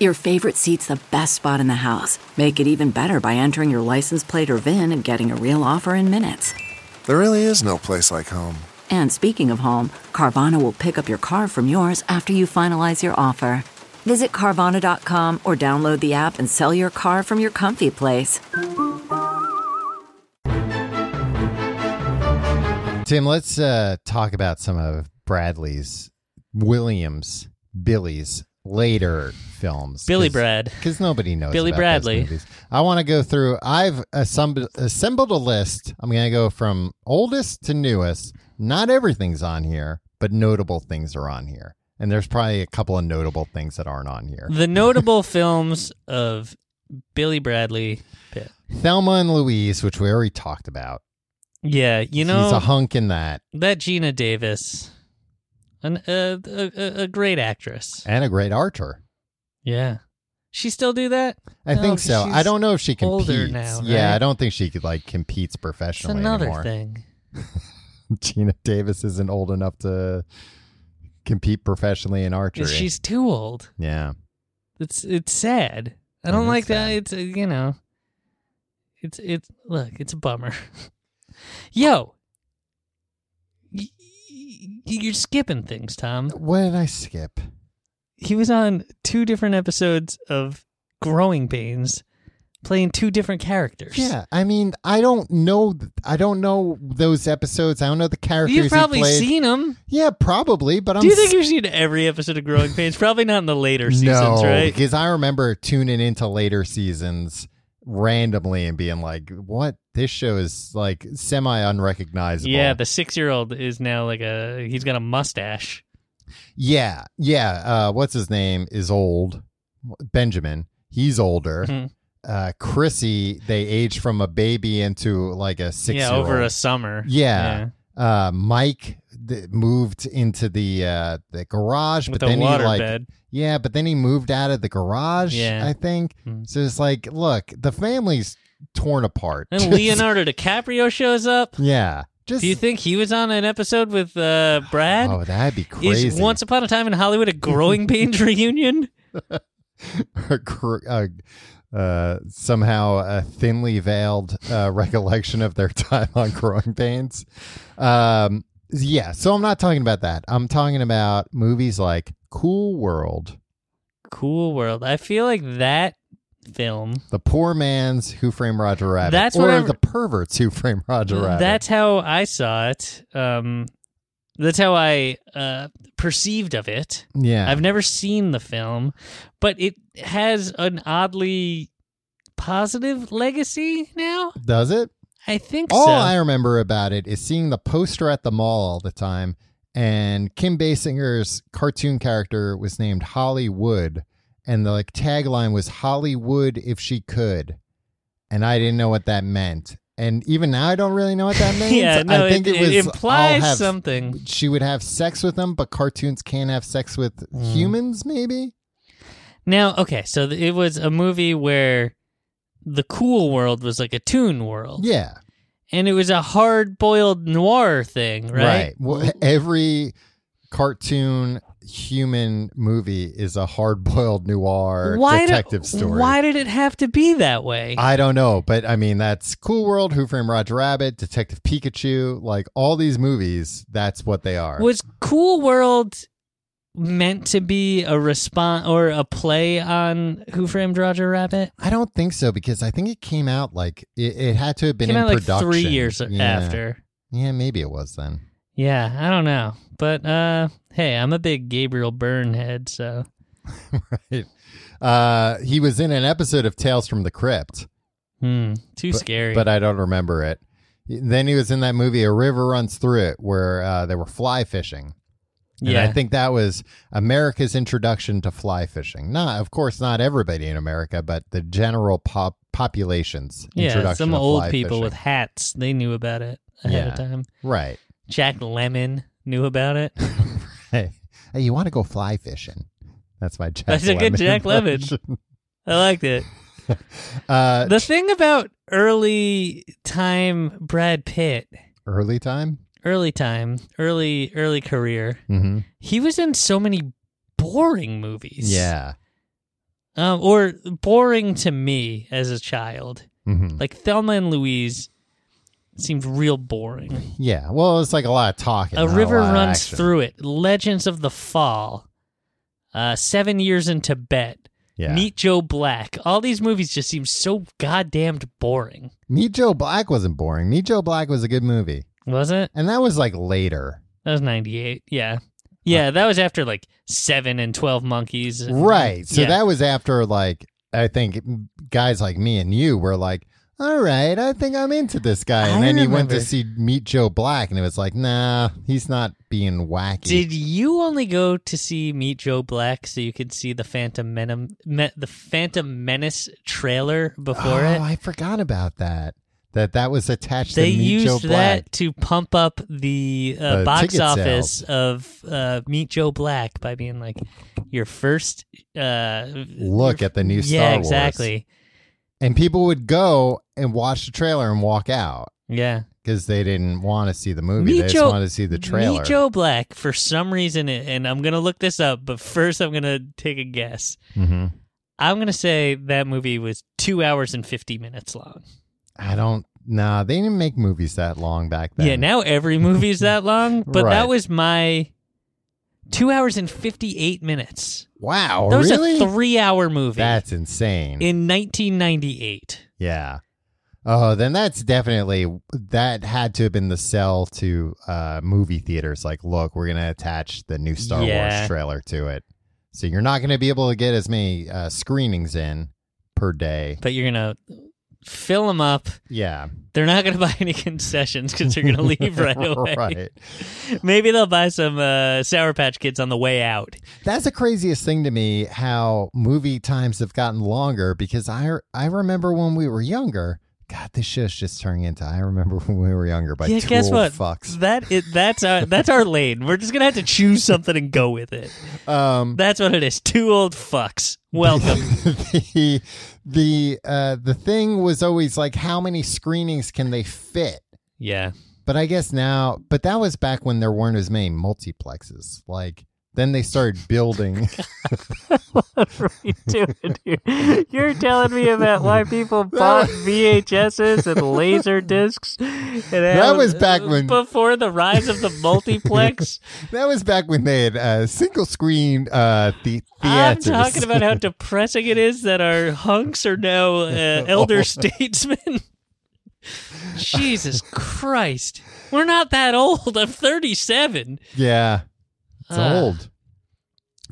Your favorite seat's the best spot in the house. Make it even better by entering your license plate or VIN and getting a real offer in minutes. There really is no place like home. And speaking of home, Carvana will pick up your car from yours after you finalize your offer. Visit Carvana.com or download the app and sell your car from your comfy place. Tim, let's uh, talk about some of Bradley's, Williams, Billy's later films. Billy Brad. Brad. because nobody knows Billy about those Bradley. movies. I want to go through. I've assembled assembled a list. I'm going to go from oldest to newest. Not everything's on here, but notable things are on here, and there's probably a couple of notable things that aren't on here. [LAUGHS] The notable films of Billy Bradley Pitt. Thelma and Louise, which we already talked about. Yeah, you he's a know hunk in that, that Gina Davis, an, uh, a, a a great actress. and a great archer. Yeah, she still do that. I No, think 'cause so. I she's don't know if she competes. older now, Yeah, right? I don't think she could like competes It's professionally another anymore. thing. [LAUGHS] Gina Davis isn't old enough to compete professionally in archery. She's too old. yeah. It's it's sad. I It don't is like that. Mm, sad. It's uh, you know, it's it's look, it's a bummer. [LAUGHS] Yo, y- y- you're skipping things, Tom. What did I skip? He was on two different episodes of Growing Pains, playing two different characters. Yeah, I mean, I don't know. th- I don't know those episodes. I don't know the characters. You've probably he played. seen him. Yeah, probably. But I'm. Do you think s- you've seen every episode of Growing Pains? Probably not in the [LAUGHS] later no, seasons, right? because I remember tuning into later seasons randomly and being like, "What? This show is like semi unrecognizable." Yeah, the six-year-old is now like a he's got a mustache. yeah, yeah. Uh, what's his name is old. Benjamin. He's older. Mhm. Uh, Chrissy. They aged from a baby into like a six. Yeah, over a summer. Yeah. uh, Mike th- moved into the uh, the garage, with but a then water he like bed. yeah, but then he moved out of the garage. Yeah. I think Mm. so. It's like, look, the family's torn apart. [LAUGHS] And Leonardo DiCaprio shows up. yeah, just [LAUGHS] Do you think he was on an episode with uh, Brad? oh, that'd be crazy. [LAUGHS] Is Once Upon a Time in Hollywood a growing pains reunion? Cr- uh, uh, somehow a thinly veiled uh, [LAUGHS] recollection of their time on Growing Pains. Um, yeah, so I'm not talking about that. I'm talking about movies like Cool World. Cool world. I feel like that film. The poor man's Who Framed Roger Rabbit. That's what or I- the pervert's Who Framed Roger Rabbit. That's how I saw it. Um, that's how I uh, perceived of it. yeah. I've never seen the film, but it has an oddly positive legacy now. Does it? I think All so. [LAUGHS] I remember about it is seeing the poster at the mall all the time, and Kim Basinger's cartoon character was named Holly Wood, and the like tagline was Hollywood if she could, and I didn't know what that meant. And even now, I don't really know what [LAUGHS] that means. yeah, no, I think it, it, was I'll implies have- something. She would have sex with him, but cartoons can't have sex with Mm. humans. Maybe Now, okay, so th- it was a movie where the cool world was like a toon world. Yeah. And it was a hard boiled noir thing, right? Well, every e-, cartoon human movie is a hard-boiled noir why detective did, story. Why did it have to be that way? I don't know, but I mean that's Cool World, Who Framed Roger Rabbit, Detective Pikachu, like all these movies. That's what they are. Was Cool World meant to be a response or a play on Who Framed Roger Rabbit? I don't think so because I think it came out like it, it had to have been Came in out like production three years Yeah. after. Yeah, maybe it was then. [LAUGHS] Yeah, I don't know, but uh, hey, I'm a big Gabriel Byrne head, so right. Uh, he was in an episode of Tales from the Crypt, hmm, too but, scary. but I don't remember it. Then he was in that movie A River Runs Through It, where uh, they were fly fishing. And yeah, I think that was America's introduction to fly fishing. Not, of course, not everybody in America, but the general pop population's yeah, introduction. some to old fly people fishing. with hats they knew about it ahead of Yeah. time. right. [LAUGHS] Jack Lemon knew about it. Hey, hey, you want to go fly fishing? That's my Jack. That's a good Lemmon Jack Lemmon. impression. I liked it. [LAUGHS] Uh, The thing about early time Brad Pitt, early time. early time, early early career, Mm-hmm. he was in so many boring movies. Yeah. um, or boring to me as a child. Mm-hmm. Like Thelma and Louise seemed real boring. Yeah, well, it's like a lot of talking. a not river lot of runs action. through it. Legends of the Fall. Uh, Seven Years in Tibet. Yeah. Meet-, Meet Joe Black. All these movies just seem so goddamned boring. Joe Black wasn't boring. Meet Joe Black was a good movie, Was it? and that was like later, That was 98. Yeah. Yeah, that was after like 7 and 12 Monkeys. right? So Yeah. that was after like I think guys like me and you were like, "All right, I think I'm into this guy," and I then you went to remember. see Meet Joe Black, and it was like, "Nah, he's not being wacky." Did you only go to see Meet Joe Black so you could see the Phantom Menem, Me, the Phantom Menace trailer oh, before it? I forgot about that. That that was attached they to Meet used Joe Black. that to pump up the uh, The box ticket office of uh, Meet Joe Black by being like your first uh, Look your- at the new yeah, Star Wars. exactly. and people would go and watch the trailer and walk out. Yeah, because they didn't want to see the movie. Meet they just Joe- wanted to see the trailer. Meet Joe Black for some reason, and I'm gonna look this up, but first I'm gonna take a guess. hmm I'm gonna say that movie was two hours and fifty minutes long. I don't. Nah, they didn't make movies that long back then. Yeah, now every movie's [LAUGHS] that long, but Right. that was my two hours and fifty eight minutes. Wow, that was really? a three hour movie that's insane. in nineteen ninety eight. yeah. Oh, then that's definitely that had to have been the sell to uh, movie theaters. Like, look, we're gonna attach the new Star Yeah. Wars trailer to it, so you're not gonna be able to get as many uh, screenings in per day. But you're gonna fill them up. Yeah, They're not gonna [LAUGHS] buy any concessions because they're gonna [LAUGHS] leave right away. right. Maybe they'll buy some uh, Sour Patch Kids on the way out. That's the craziest thing to me how movie times have gotten longer because I I remember when we were younger. God, this show's just turning into I remember when we were younger by yeah, two guess old what? fucks. That it, that's our that's our lane. We're just gonna have to choose something and go with it. Um, [LAUGHS] That's what it is. Two old fucks. Welcome. the the uh, the thing was always like how many screenings can they fit? yeah. But I guess now, but that was back when there weren't as many multiplexes. Like then they started [LAUGHS] building. doing here? You're telling me about why [LAUGHS] people bought VHSs and laser discs. And how- was back when- before the rise of the multiplex. that was back when they had uh, single screen uh, [LAUGHS] the I'm theaters. talking about how depressing it is that our hunks are now [LAUGHS] Oh. uh, elder statesmen. Jesus Christ, we're not that old. I'm 37. Yeah. It's Ah. old.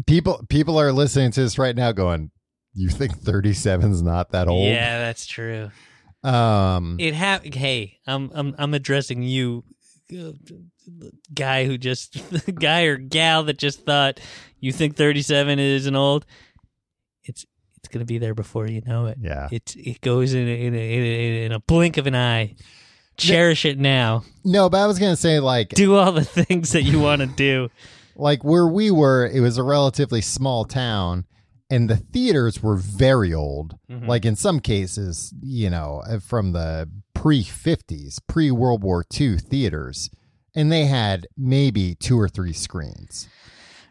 People people are listening to this right now going, You think 37's not that old? Yeah, that's true. Um It ha- Hey, I'm I'm I'm addressing you, uh, guy who just [LAUGHS] guy or gal that just thought you think 37 isn't old. It's it's gonna be there before you know it. Yeah. It's it goes in a, in a, in a, in a blink of an eye. Cherish it now. No, but I was gonna say like Do all the things that you want to do. like where we were, it was a relatively small town and the theaters were very old. Mm-hmm. Like in some cases, you know, uh, from the pre 50s, pre World War II theaters. And they had maybe two or three screens.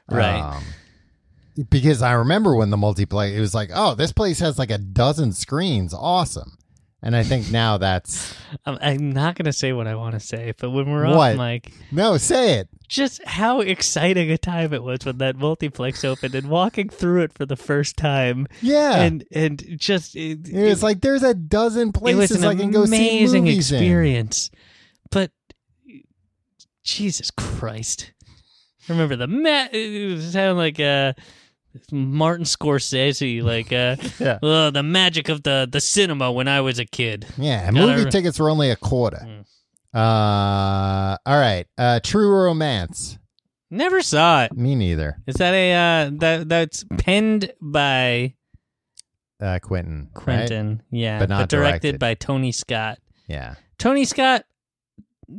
Right. Um, because I remember when the multiplayer, it was like, oh, this place has like a dozen screens. Awesome. And I think now that's [LAUGHS] I'm, I'm not gonna say what I want to say, but when we're What? off mic, no, say it. just how exciting a time it was when that multiplex opened and walking through it for the first time, Yeah. and and just it, it was like there's a dozen it was places an I can go see amazing movies in. experience. But Jesus Christ, remember the Matt? It was sounding like uh, Martin Scorsese, like uh, [LAUGHS] Yeah. "Oh, the magic of the the cinema when I was a kid. Yeah, and Yeah, Mm. movie they're- tickets were only a quarter. Uh, all right. Uh, True Romance. Never saw it. Me neither. Is that a uh, that that's penned by Uh, Quentin. right? Quentin? Yeah, But not directed. directed by Tony Scott. Yeah, Tony Scott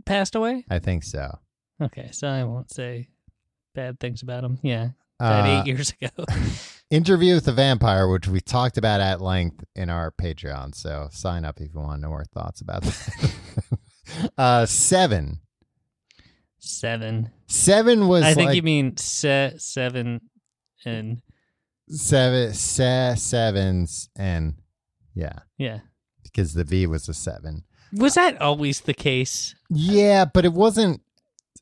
passed away. I think so. Okay, so I won't say bad things about him. Yeah, died Uh, eight years ago. [LAUGHS] Interview with the Vampire, which we talked about at length in our Patreon. So sign up if you want to know our thoughts about that. [LAUGHS] uh, seven. Seven. Seven was I think like you mean se- seven and seven, se- sevens, and yeah, yeah. because the V was a seven. Was that always the case? Yeah, but it wasn't.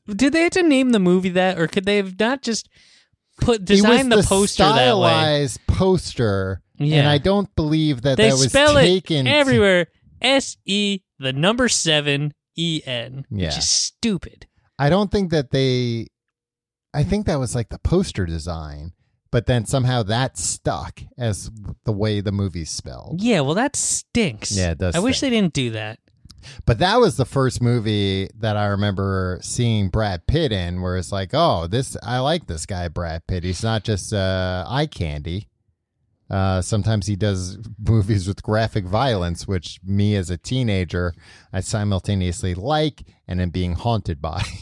Did they have to name the movie that, or could they have not just put it was design the poster that way? stylized poster, and Yeah. I don't believe that They that was spell taken it to- everywhere. S E the number seven E N. Yeah. Which is stupid. I don't think that they. I think that was like the poster design, but then somehow that stuck as the way the movie's spelled. Yeah, well that stinks. Yeah, it does I wish they stink. didn't do that. But that was the first movie that I remember seeing Brad Pitt in, where it's like, oh, this I like this guy Brad Pitt. He's not just uh, eye candy. Uh, sometimes he does [LAUGHS] movies with graphic violence, which me as a teenager I simultaneously like and am being haunted by. [LAUGHS]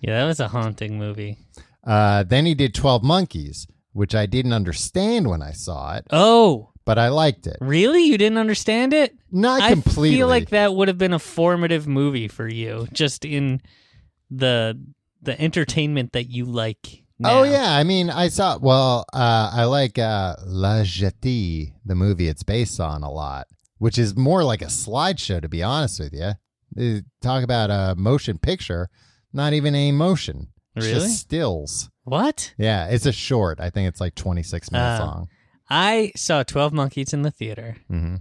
Yeah, that was a haunting movie. Uh, then he did 12 Monkeys, which I didn't understand when I saw it, Oh, but I liked it. really? You didn't understand it? Not I completely. feel like that would have been a formative movie for you, just in the the entertainment that you like. Now. Oh yeah, I mean, I saw. Well, uh, I like uh, La Jetée, the movie it's based on, a lot, which is more like a slideshow, to be honest with you. They Talk about a motion picture, not even a motion, It's just Really? stills. What? Yeah, it's a short. I think it's like twenty six minutes Ah. long. I saw Twelve Monkeys in the theater. hmm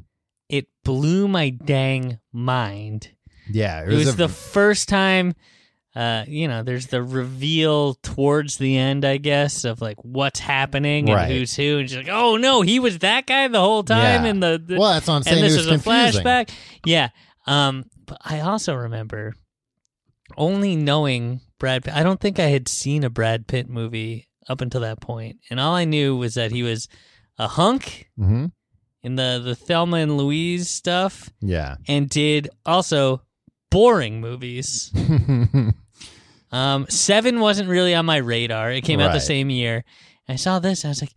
It blew my dang mind. Yeah, It was a- the first time. Uh, you know, there's the reveal towards the end, I guess, of like what's happening and Right. who's who, and she's like, "Oh no, he was that guy the whole time," Yeah. and the, the well, that's what I'm saying. and this it was is a confusing. flashback. Yeah. Um, but I also remember only knowing Brad Pitt. I don't think I had seen a Brad Pitt movie up until that point, and all I knew was that he was a hunk hmm in the the Thelma and Louise stuff, Yeah. [LAUGHS] and did also boring movies. Um, Seven wasn't really on my radar. It came out the Right. same year. I saw this. And I was like,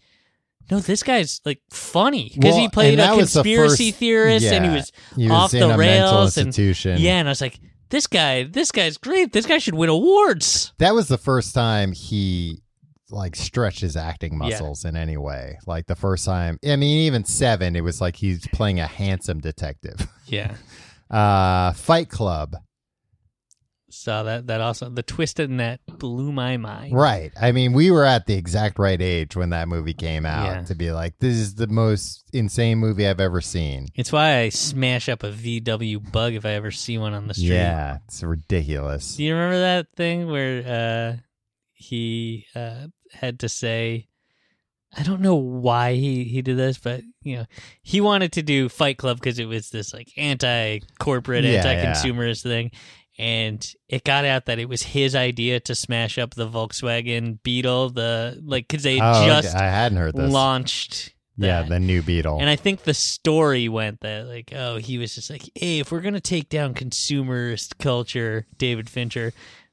no, this guy's like funny because Well, he played and a that was the conspiracy first- theorist and he yeah, was, he was off in the a mental rails institution. and yeah, and I was like, this guy, this guy's great. This guy should win awards. that was the first time he like stretched his acting Yeah. muscles in any way. Like the first time, I mean, even seven, it was like he's playing a handsome detective. [LAUGHS] Yeah, Uh, Fight Club, saw that. That also the twist in that blew my mind. right? I mean, we were at the exact right age when that movie came out Yeah. to be like, this is the most insane movie I've ever seen. It's why I smash up a VW bug if I ever see one on the street. Yeah, it's ridiculous. Do you remember that thing where uh, he uh, had to say, I don't know why he, he did this, but you know, he wanted to do Fight Club because it was this like anti corporate, Yeah, anti consumerist thing. And it got out that it was his idea to smash up the Volkswagen Beetle, the like, because they Oh, okay, just I hadn't heard this. launched. yeah, that. the new Beetle. And I think the story went that like, oh, he was just like, hey, if we're gonna take down consumerist culture, David Fincher,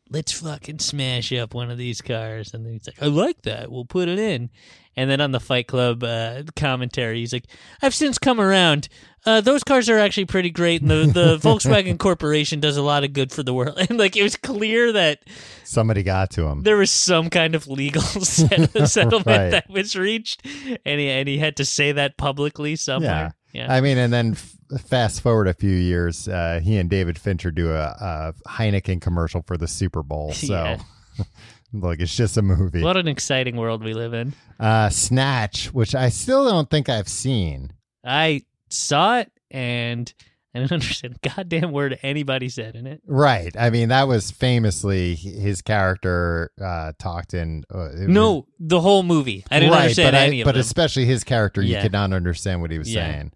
let's fucking smash up one of these cars. And then he's like, I like that. We'll put it in. And then on the Fight Club uh, commentary, he's like, I've since come around. Uh, those cars are actually pretty great. And the, the Volkswagen Corporation does a lot of good for the world. [LAUGHS] And like, it was clear that Somebody got to him. there was some kind of legal [LAUGHS] set- [LAUGHS] settlement Right. that was reached. And he, and he had to say that publicly somewhere. Yeah. I mean, and then f- fast forward a few years, uh, he and David Fincher do a, a Heineken commercial for the Super Bowl. [LAUGHS] So, Yeah. [LAUGHS] look, it's just a movie. What an exciting world we live in. Uh, Snatch, which I still don't think I've seen. I saw it and I didn't [LAUGHS] understand a goddamn word anybody said in it. Right. I mean, that was famously his character uh, talked in. Uh, it was- No, the whole movie. I didn't right, understand but I- any of But them. especially his character, you Yeah. could not understand what he was Yeah. saying.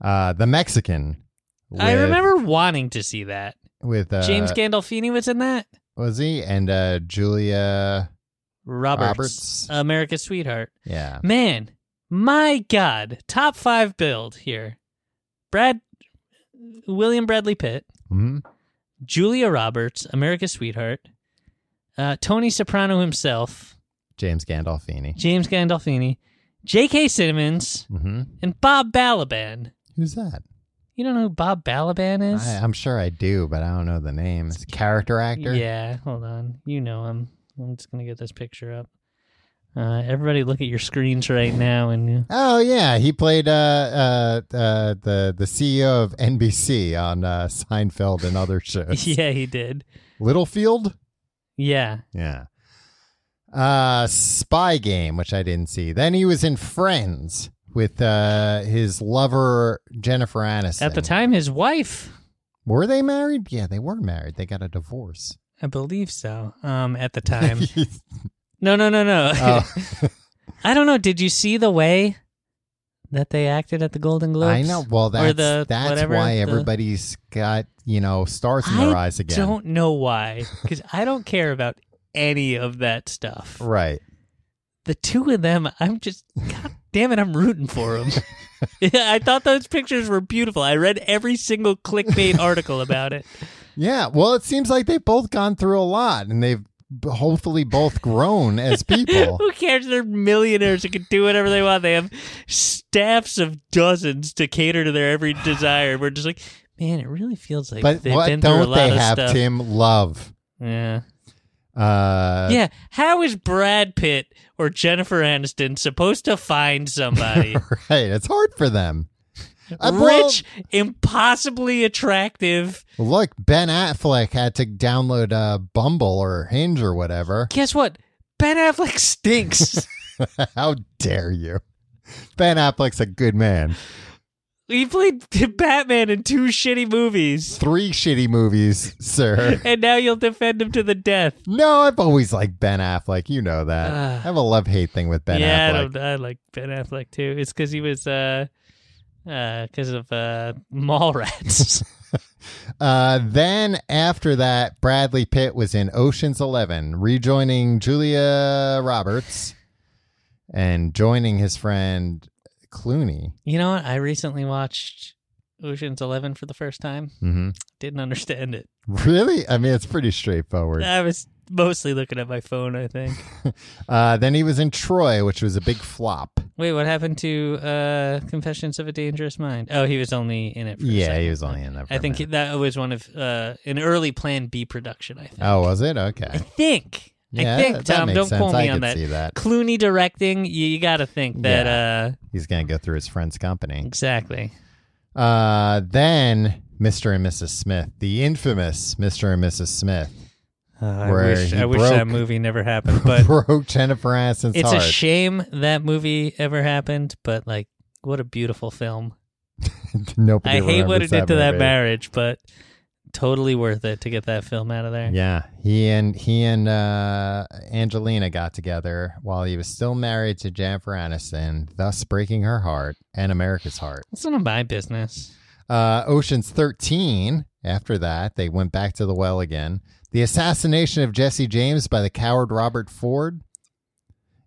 Uh, the Mexican. I with- remember wanting to see that. with uh, James Gandolfini was in that. was he and uh, Julia. Roberts, Roberts. America's Sweetheart. Yeah. Man, my God, top five build here. Brad, William Bradley Pitt, hmm Julia Roberts, America's Sweetheart, uh, Tony Soprano himself, James Gandolfini. James Gandolfini, J.K. Simmons, hmm and Bob Balaban. Who's that? You don't know who Bob Balaban is? I, I'm sure I do, but I don't know the name. It's a character actor. Yeah, hold on. You know him. I'm just gonna get this picture up. Uh, everybody, look at your screens right now, and [LAUGHS] Oh yeah, he played uh, uh, uh, the the CEO of NBC on uh, Seinfeld and [LAUGHS] other shows. yeah, he did. Littlefield. Yeah, Yeah. Uh, Spy Game, which I didn't see. Then he was in Friends with uh, his lover Jennifer Aniston. at the time, his wife, were they married? Yeah, they were married. They got a divorce. I believe so. Um, [LAUGHS] at the time, no, no, no, no. [LAUGHS] Oh. I don't know. Did you see the way that they acted at the Golden Globes? I know. Well, that's or the that's whatever, why the- everybody's got you know stars in their I eyes again. don't know why, because I don't care about any of that stuff. [LAUGHS] Right. the two of them, I'm just, god damn it, I'm rooting [LAUGHS] for [LAUGHS] them. I thought those pictures were beautiful. I read every single clickbait article about it. Yeah. Well, it seems like they've both gone through a lot, and they've b- hopefully both grown [LAUGHS] as people. Who cares? They're millionaires who can do whatever they want. They have staffs of dozens to cater to their every desire. We're just like, man, it really feels like But they've what been through a don't lot they of have, stuff. Tim? Love. Yeah. Uh, yeah. How is Brad Pitt or Jennifer Aniston supposed to find somebody? [LAUGHS] Right. It's hard for them. Uh, well, Rich, impossibly attractive. look, Ben Affleck had to download uh, Bumble or Hinge or whatever. [LAUGHS] Guess what? Ben Affleck stinks. How dare you? Ben Affleck's a good man. He played Batman in two shitty movies, Three shitty movies, sir. and now you'll defend him to the death. No, I've always liked Ben Affleck. You know [SIGHS] that. Ah. I have a love hate thing with Ben yeah, I, Affleck. don't, I like Ben Affleck too. It's because he was, uh, because of uh, [LAUGHS] Mallrats. Uh, then after that, Bradley Pitt was in Ocean's Eleven, rejoining Julia Roberts and joining his friend Clooney. you know what? I recently watched Ocean's Eleven for the first time. hmm Didn't understand it. Really? I mean, it's pretty straightforward. I was mostly looking at my phone. [LAUGHS] I think. Uh, then he was in Troy, which was a big flop. Wait, what happened to uh, Confessions of a Dangerous Mind? Oh, he was only in it. For a Yeah, second. he was only in that. For I think It, that was one of uh, an early Plan B production. I think. oh, was it? I Okay. think. Yeah, I think, that Tom. makes Don't sense. quote me I on could that. see that. Clooney directing, you, you got to think that. uh He's gonna go through his friend's company. Exactly. Uh, then Mr. and Mrs. Smith, the infamous Mr. and Mrs. Smith, [LAUGHS] Uh, I Where wish, he I wish broke- that movie never happened. [LAUGHS] But broke Jennifer Aniston's it's a heart. shame that movie ever happened. But like, what a beautiful film. [LAUGHS] Nobody I hate what remembers it did to that movie. marriage, but totally worth it to get that film out of there. Yeah, he and he and uh, Angelina got together while he was still married to Jennifer Aniston, thus breaking her heart and America's heart. It's none of my business. Uh, Ocean's 13. After that, they went back to the well again. The assassination of Jesse James by the coward Robert Ford.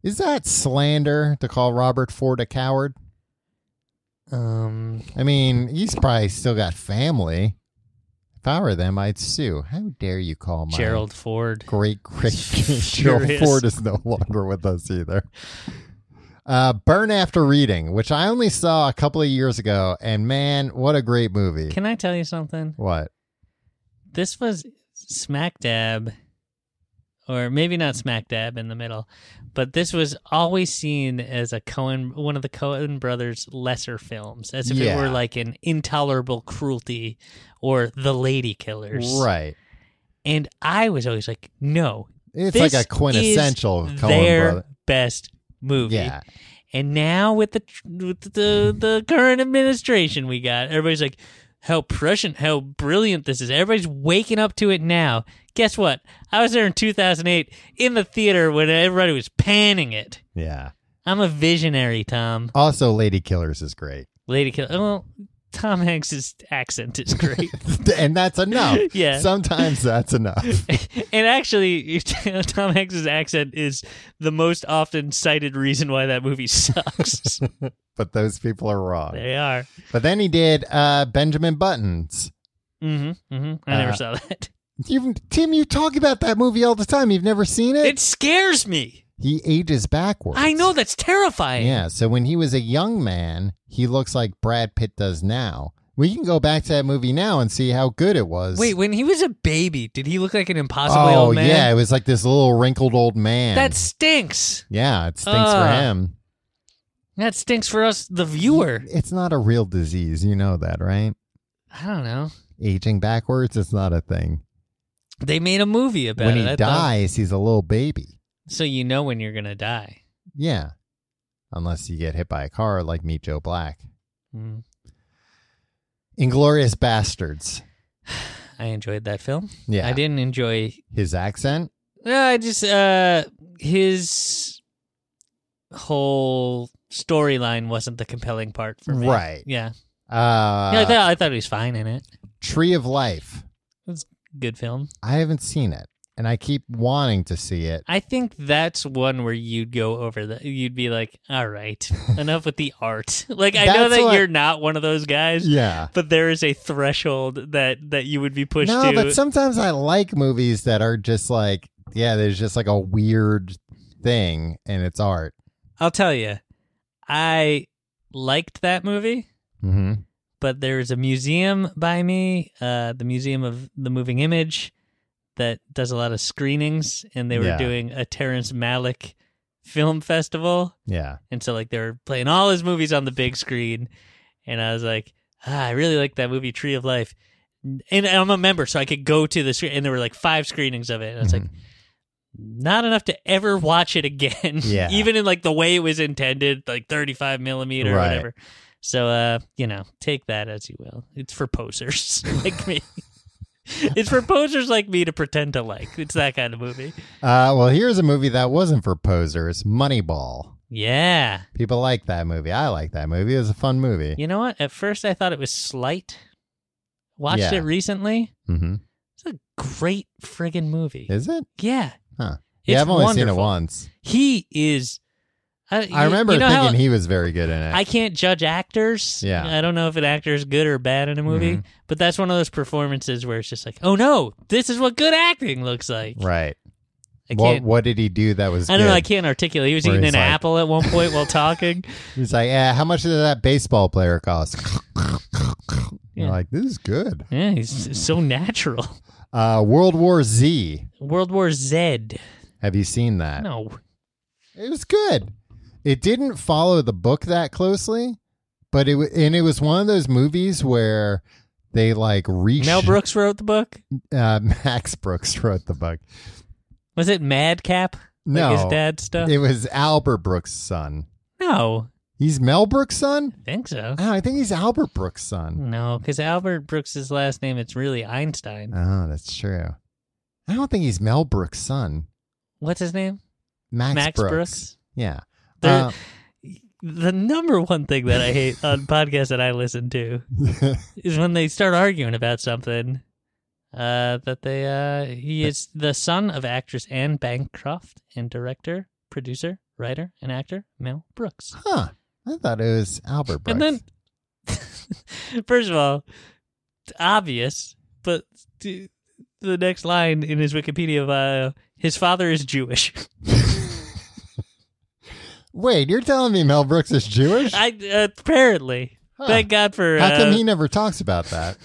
Is that slander to call Robert Ford a coward? Um, I mean, he's probably still got family. If I were them, I'd sue. How dare you call my Gerald Ford. [LAUGHS] great great Gerald Furious. Ford is no longer with us either. Uh, Burn After Reading, which I only saw a couple of years ago, and man, what a great movie! Can I tell you something? what? This was smack dab, or maybe not smack dab in the middle, but this was always seen as a Cohen, one of the Cohen brothers' lesser films, as if Yeah. it were like an intolerable cruelty or the Lady Killers. Right? And I was always like, no, It's this like a quintessential is Coen their brother. best movie. Yeah, And now with the with the the current administration we got, everybody's like, how prescient, how brilliant this is. Everybody's waking up to it now. Guess what? I was there in 2008 in the theater when everybody was panning it. yeah. I'm a visionary, Tom. Also, Lady Killers is great, [LAUGHS] Lady Kill. Well, Tom Hanks's accent is great. and that's enough. [LAUGHS] Yeah. sometimes that's enough. [LAUGHS] and actually, [LAUGHS] Tom Hanks's accent is the most often cited reason why that movie [LAUGHS] sucks. But those people are wrong. they are. But then he did uh, Benjamin Buttons. Mm-hmm. mm-hmm. I never Uh, saw that. You, Tim, you talk about that movie all the time. You've never seen it. It scares me. he ages backwards. I know that's terrifying. Yeah. So when he was a young man, he looks like Brad Pitt does now. We can go back to that movie now and see how good it was. Wait, when he was a baby, did he look like an impossibly oh old man? yeah, it was like this little wrinkled old man. that stinks. yeah, it stinks for Ugh. him. That stinks for us, the viewer. It's not a real disease, you know that, right? I don't know. Aging backwards, it's not a thing. They made a movie about when it. he I thought- dies, he's a little baby. so you know when you're gonna die. Yeah, unless you get hit by a car like Meet Joe Black. Mm. Inglorious Bastards. I enjoyed that film. Yeah. I didn't enjoy. His accent. No, I just uh, his whole storyline wasn't the compelling part for me. Right. Yeah. Uh, yeah I, thought, I thought he was fine in it. Tree of Life. It was a good film. I haven't seen it, and I keep wanting to see it. I think that's one where you'd go over the you'd be like, [LAUGHS] "All right, enough with the art." [LAUGHS] Like I know That's that what- you're not one of those guys, Yeah. but there is a threshold that that you would be pushed No, to. but sometimes I like movies that are just like, yeah, there's just like a weird thing, and it's art. I'll tell you, I liked that movie, Mm-hmm. but there's a museum by me, uh, the Museum of the Moving Image, that does a lot of screenings, and they were Yeah. doing a Terrence Malick film festival. Yeah. And so like they were playing all his movies on the big screen, and I was like, ah, I really like that movie Tree of Life, and and I'm a member, so I could go to the screen, and there were like five screenings of it, and I was like. Not enough to ever watch it again. Mm-hmm. [LAUGHS] Yeah. Even in like the way it was intended, like 35 millimeter or Right. whatever. So, uh, you know, take that as you will. It's for posers [LAUGHS] [LAUGHS] like me. it's for posers like me to pretend to like. It's that kind of movie. Uh, well, here's a movie that wasn't for posers Moneyball. Yeah. People like that movie. I like that movie. It was a fun movie. You know what? At first, I thought it was slight. Watched Yeah. it recently. Mm-hmm. It's a great friggin' movie. Is it? yeah, Huh. It's yeah, I've only seen it wonderful. once. he is. I, I remember you know thinking how he was very good in it. I can't judge actors. Yeah. I don't know if an actor is good or bad in a movie, Mhm. but that's one of those performances where it's just like, oh no, this is what good acting looks like. right. I What, can't. what did he do that was I don't good? know. I can't articulate. He was Where eating he's an like- apple at one point [LAUGHS] while talking. He's like, yeah, how much did that baseball player cost? Yeah. You're like, this is good. yeah, he's so natural. Uh, World War Z. World War Z. Have you seen that? No. It was good. It didn't follow the book that closely, but it wa- and it was one of those movies where they like reach. Mel Brooks wrote the book. [LAUGHS] Uh, Max Brooks wrote the book. Was it Madcap? No, Like his dad's stuff? It was Albert Brooks' son. no. He's Mel Brooks' son. I think so. Oh, I think he's Albert Brooks' son. No, because Albert Brooks' last name, it's really Einstein. Oh, that's true. I don't think he's Mel Brooks' son. What's his name? Max, Max Brooks. Brooks? Yeah. Uh, There- The number one thing that I hate [LAUGHS] on podcasts that I listen to Uh, is when they start arguing about something. Uh, that they uh, he is the son of actress Anne Bancroft and director, producer, writer, and actor Mel Brooks. huh. I thought it was Albert Brooks. [LAUGHS] And then, first of all, it's obvious, but the the next line in his Wikipedia bio, his father is Jewish. [LAUGHS] Wait, you're telling me Mel Brooks is Jewish? I apparently. Huh. Thank God for. How come uh, he never talks about that?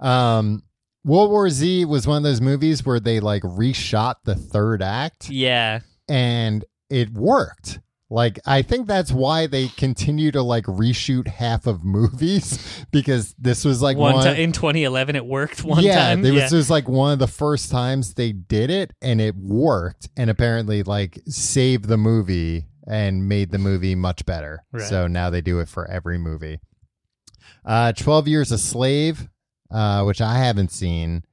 Um, World War Z was one of those movies where they like reshot the third act Yeah. and it worked. Like I think that's why they continue to like reshoot half of movies [LAUGHS] because this was like one one time in 2011, it worked one yeah, time. It was yeah. just like one of the first times they did it and it worked and apparently like saved the movie and made the movie much better. Right. So now they do it for every movie. Uh 12 Years a Slave, uh which I haven't seen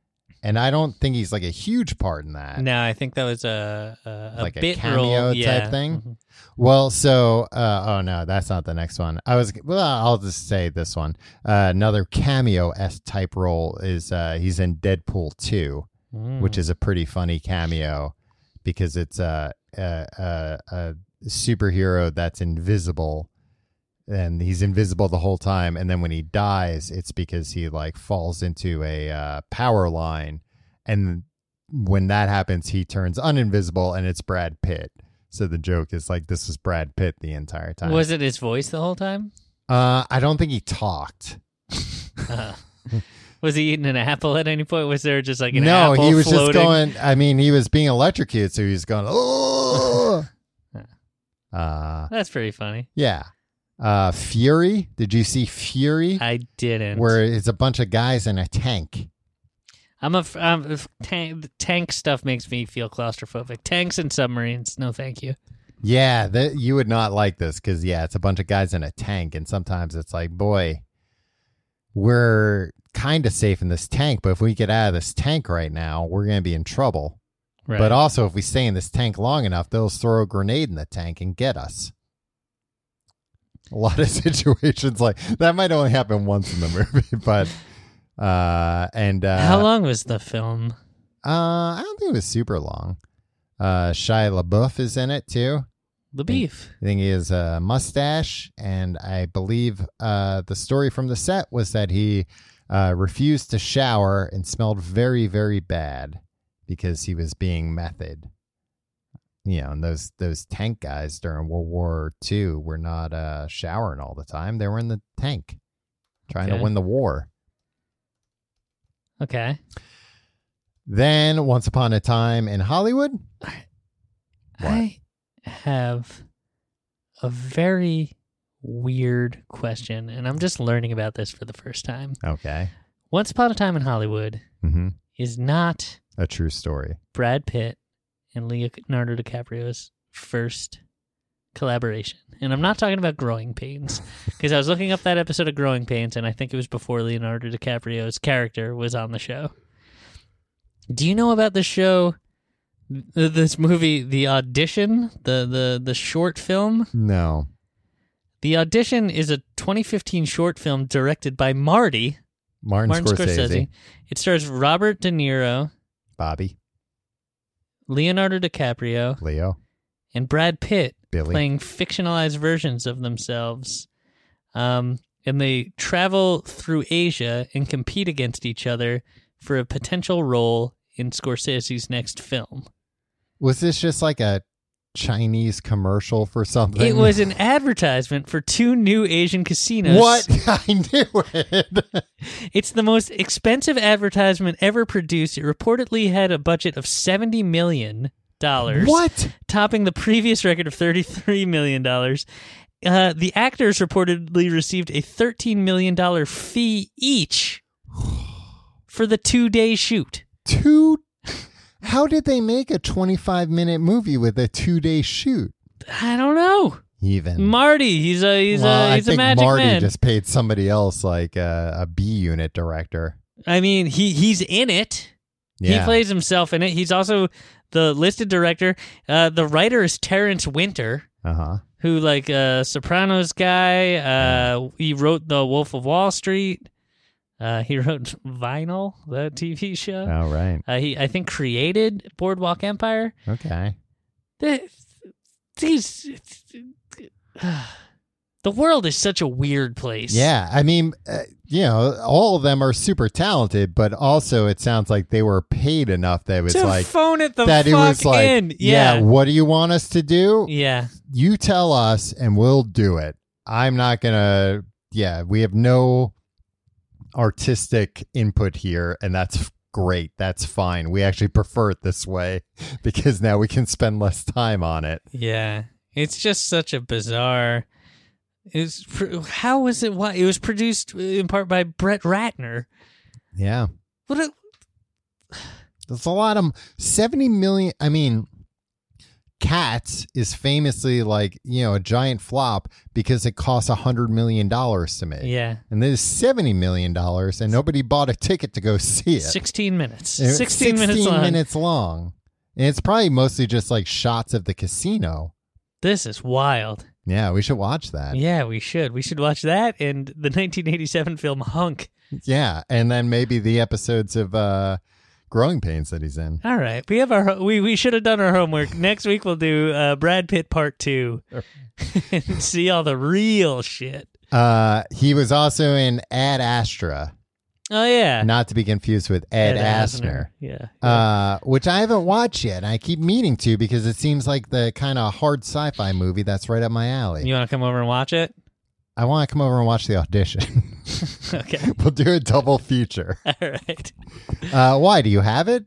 and I don't think he's like a huge part in that. no, I think that was a, a, a Like a bit cameo role. type yeah. thing? Mhm. Well, so uh, oh no, that's not the next one. I was well, I'll just say this one. Uh, another cameo s type role is uh, he's in Deadpool two, Mm. which is a pretty funny cameo because it's uh, a a, a, a superhero that's invisible. And he's invisible the whole time, and then when he dies, it's because he like falls into a uh, power line, and when that happens, he turns uninvisible, and it's Brad Pitt. So the joke is like this was Brad Pitt the entire time. Mm-hmm. Was it his voice the whole time? Uh, I don't think he talked. Uh, was he eating an apple at any point? Was there just like an no, apple he was just floating? going. I mean, he was being electrocuted, so he was going. [LAUGHS] Oh, uh, That's pretty funny. yeah. Uh, Fury. Did you see Fury? I didn't. Where it's a bunch of guys in a tank. I'm a f- I'm a f- tank, tank stuff makes me feel claustrophobic. Tanks and submarines, no thank you. Yeah, that you would not like this because yeah, it's a bunch of guys in a tank, and sometimes it's like, boy, we're kind of safe in this tank, but if we get out of this tank right now, we're gonna be in trouble. Right. But also, if we stay in this tank long enough, they'll throw a grenade in the tank and get us. A lot of [LAUGHS] situations like that might only happen once in the movie, [LAUGHS] but uh, and uh, How long was the film? Uh, I don't think it was super long. Uh, Shia LaBeouf is in it too. The beef. I think he has a mustache, and I believe uh, the story from the set was that he uh, refused to shower and smelled very, very bad because he was being method. You know, and those those tank guys during World War II were not uh, showering all the time; they were in the tank trying Okay. to win the war. Okay. Then, once upon a time in Hollywood, I have a very weird question, and I'm just learning about this for the first time. okay, Once Upon a Time in Hollywood hmm is not a true story. Brad Pitt and Leonardo DiCaprio's first collaboration. And I'm not talking about [LAUGHS] Growing Pains because I was looking up that episode of Growing Pains and I think it was before Leonardo DiCaprio's character was on the show. Do you know about the show th- this movie The Audition, the the the short film? No, The Audition is a 2015 short film directed by Marty Martin, Scorsese, It stars Robert De Niro, Bobby, Leonardo DiCaprio, Leo, and Brad Pitt Billy. playing fictionalized versions of themselves. Um, and they travel through Asia and compete against each other for a potential role in Scorsese's next film. Was this just like a Chinese commercial for something? It was an advertisement for two new Asian casinos. What? [LAUGHS] I knew it. It's the most expensive advertisement ever produced. It reportedly had a budget of 70 million dollars. what? topping the previous record of $33 million. Uh, the actors reportedly received a $13 million fee each for the two day shoot. Two. How did they make a 25 minute movie with a two day shoot? I don't know. Even. Marty, he's a he's Well, a he's I a think magic Marty man. just paid somebody else, like uh, a B unit director. I mean, he he's in it. Yeah. He plays himself in it. He's also the listed director. Uh, the writer is Terrence Winter. Uh huh. who like uh Sopranos guy. Uh he wrote The Wolf of Wall Street. Uh he [LAUGHS] wrote Vinyl, the TV show. All right. Uh, he I think created Boardwalk Empire. Okay. Th- These [SIGHS] The world is such a weird place. Yeah, I mean, uh, you know, all of them are super talented, but also it sounds like they were paid enough that it was To like phone it the that it fuck was like, in. yeah. Yeah. what do you want us to do? Yeah. You tell us, and we'll do it. I'm not gonna. Yeah, we have no artistic input here, and that's f- great. That's fine. We actually prefer it this way [LAUGHS] because now we can spend less time on it. Yeah. It's just such a bizarre. It's how was it? Why it was produced in part by Brett Ratner. Yeah. What a That's a lot of 70 million. I mean, Cats is famously like, you know, a giant flop because it cost $100 million to make. yeah. And this is $70 million, and nobody bought a ticket to go see it. Sixteen minutes. And it's Sixteen, minutes long. minutes long. And it's probably mostly just like shots of the casino. This is wild. Yeah, we should watch that. Yeah, we should. We should watch that and the 1987 film Hunk. Yeah, And then maybe the episodes of uh, Growing Pains that he's in. All right, we have our we we should have done [LAUGHS] our homework. Next week we'll do uh, Brad Pitt Part Two [LAUGHS] and see all the real shit. Uh, he was also in Ad Astra. Oh yeah, not to be confused with Ed, Asner, Yeah, uh, which I haven't watched yet. And I keep meaning to because it seems like the kind of hard sci-fi movie that's right up my alley. you want to come over and watch it? [LAUGHS] I want to come over and watch the audition. [LAUGHS] Okay, we'll do a double feature. all right. Uh, why do you have it?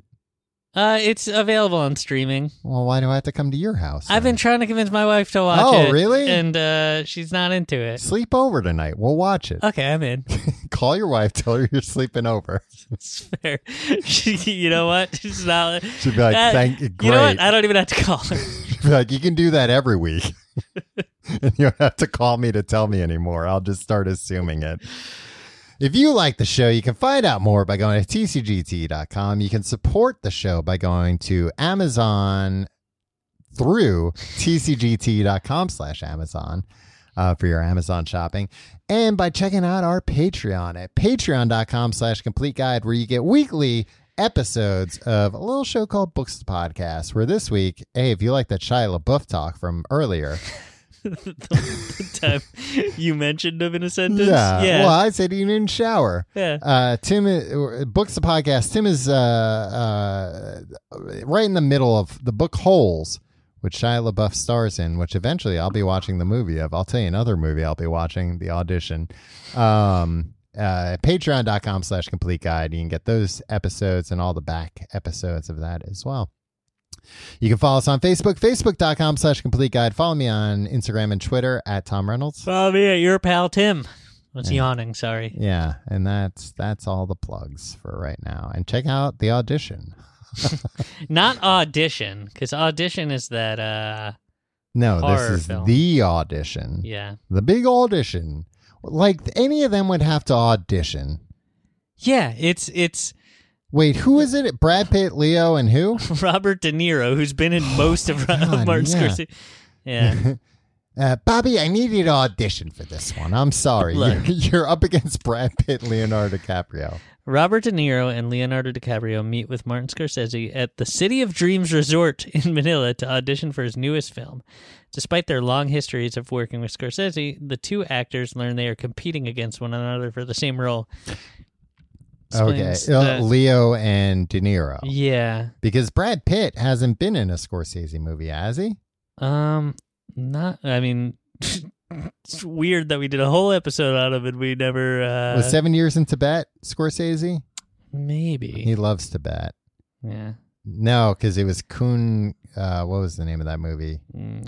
Uh, it's available on streaming. Well, why do I have to come to your house? I've been then? trying to convince my wife to watch Oh, it. really? And uh, she's not into it. sleep over tonight. We'll watch it. Okay, I'm in. Call your wife. Tell her you're sleeping over. It's fair. [LAUGHS] She, you know what? She's not. She'd be like, "Thank- You know what? great." I don't even have to call her. [LAUGHS] Be like you can do that every week. [LAUGHS] and you don't have to call me to tell me anymore. I'll just start assuming it. If you like the show, you can find out more by going to tcgt.com. You can support the show by going to Amazon through tcgt.com slash Amazon uh, for your Amazon shopping and by checking out our Patreon at patreon.com slash complete guide where you get weekly episodes of a little show called Books to Podcast where this week, hey, if you like that Shia LaBeouf talk from earlier, the time you mentioned him in a sentence. yeah, yeah. well, I said you didn't shower. Yeah. Uh, Tim uh, books the podcast. Tim is uh, uh, right in the middle of the book Holes, which Shia LaBeouf stars in, which eventually I'll be watching the movie of. I'll tell you another movie I'll be watching, The Audition. Um, uh, Patreon.com slash complete guide. You can get those episodes and all the back episodes of that as well. You can follow us on Facebook, facebook.com slash complete guide. Follow me on Instagram and Twitter at Tom Reynolds. Follow me at your pal Tim. I was yawning, sorry. Yeah, and that's that's all the plugs for right now. And check out the audition. Not audition, because audition is that uh No, Horror this is film. the audition. yeah. The big audition. Like any of them would have to audition. Yeah, it's it's [LAUGHS] Wait, who is it? Brad Pitt, Leo, and who? Robert De Niro who's been in most of Ro- God, Martin Oh, yeah. Scorsese. Yeah. Uh, Bobby, I need you to audition for this one. I'm sorry. [LAUGHS] You're, Look. you're up against Brad Pitt, Leonardo DiCaprio. Robert De Niro and Leonardo DiCaprio meet with Martin Scorsese at the City of Dreams Resort [LAUGHS] in Manila to audition for his newest film. Despite their long histories of working with Scorsese, the two actors learn they are competing against one another for the same role. Okay. Explains Uh, the- Leo and De Niro. yeah. Because Brad Pitt hasn't been in a Scorsese movie, has he? Um, not. I mean, [LAUGHS] it's weird that we did a whole episode out of it. We never. Uh, Was Seven Years in Tibet, Scorsese? He maybe. loves Tibet. Yeah. No, because it was Kun. Uh, what was the name of that movie? Mm.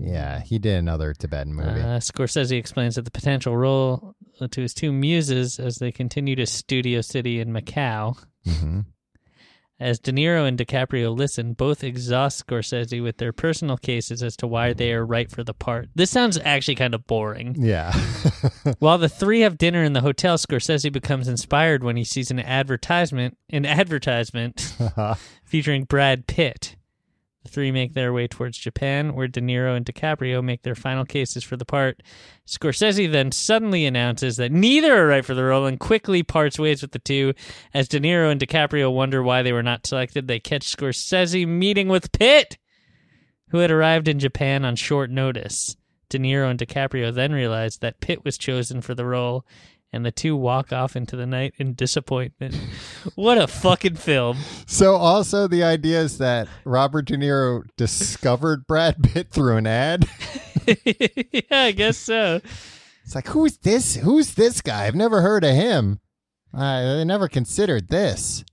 Yeah, he did another Tibetan movie. Uh, Scorsese explains that the potential role to his two muses as they continue to Studio City in Macau. Mhm. As De Niro and DiCaprio listen, both exhaust Scorsese with their personal cases as to why they are right for the part. This sounds actually kind of boring. Yeah. [LAUGHS] While the three have dinner in the hotel, Scorsese becomes inspired when he sees an advertisement, an advertisement featuring Brad Pitt. The three make their way towards Japan, where De Niro and DiCaprio make their final cases for the part. Scorsese then suddenly announces that neither are right for the role and quickly parts ways with the two. As De Niro and DiCaprio wonder why they were not selected, they catch Scorsese meeting with Pitt, who had arrived in Japan on short notice. De Niro and DiCaprio then realized that Pitt was chosen for the role, and the two walk off into the night in disappointment. [LAUGHS] what a fucking film! [LAUGHS] So also the idea is that Robert De Niro discovered [LAUGHS] Brad Pitt through an ad. yeah, I guess so. It's like, who's this? Who's this guy? I've never heard of him. I I never considered this.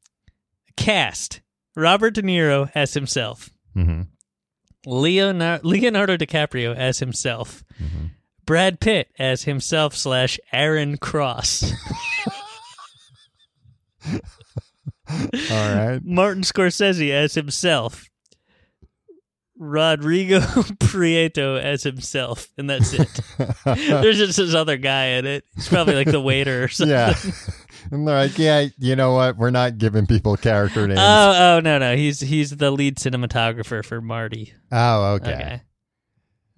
Cast Robert De Niro as himself, Mm-hmm. Leonardo, Leonardo DiCaprio as himself, Brad Pitt as himself slash Aaron Cross, All [LAUGHS] right. Martin Scorsese as himself, Rodrigo [LAUGHS] Prieto as himself, and [LAUGHS] that's it. There's just this other guy in it. He's probably like [LAUGHS] the waiter or something. Yeah. I'm like, yeah, you know what? We're not giving people character names. Oh, oh no, no, he's he's the lead cinematographer for Marty. oh, okay. Okay.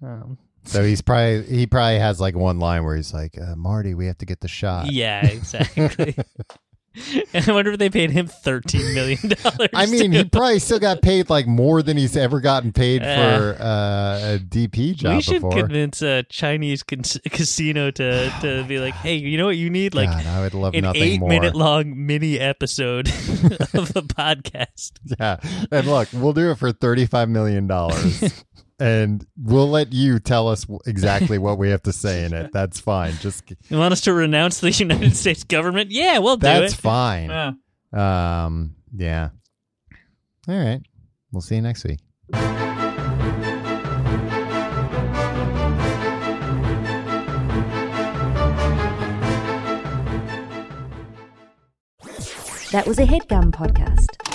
Um, So he's probably he probably has like one line where he's like, uh, "Marty, we have to get the shot." yeah, exactly. [LAUGHS] [LAUGHS] I wonder if they paid him thirteen million dollars. I mean, he probably still got paid like more than he's ever gotten paid Yeah. for uh, a DP job Eh. we should before. convince a Chinese cons- casino to to be like, hey, you know what you need? Like God, I would love an nothing eight more. minute long mini episode [LAUGHS] of a podcast. [LAUGHS] Yeah. And look, we'll do it for $35 million. [LAUGHS] and we'll let you tell us wh- exactly what we have to say in it. That's fine. Just g- You want us to renounce the United States government? Yeah, we'll do That's it. fine. Yeah. Um, yeah. All right. We'll see you next week. That was a headgum podcast.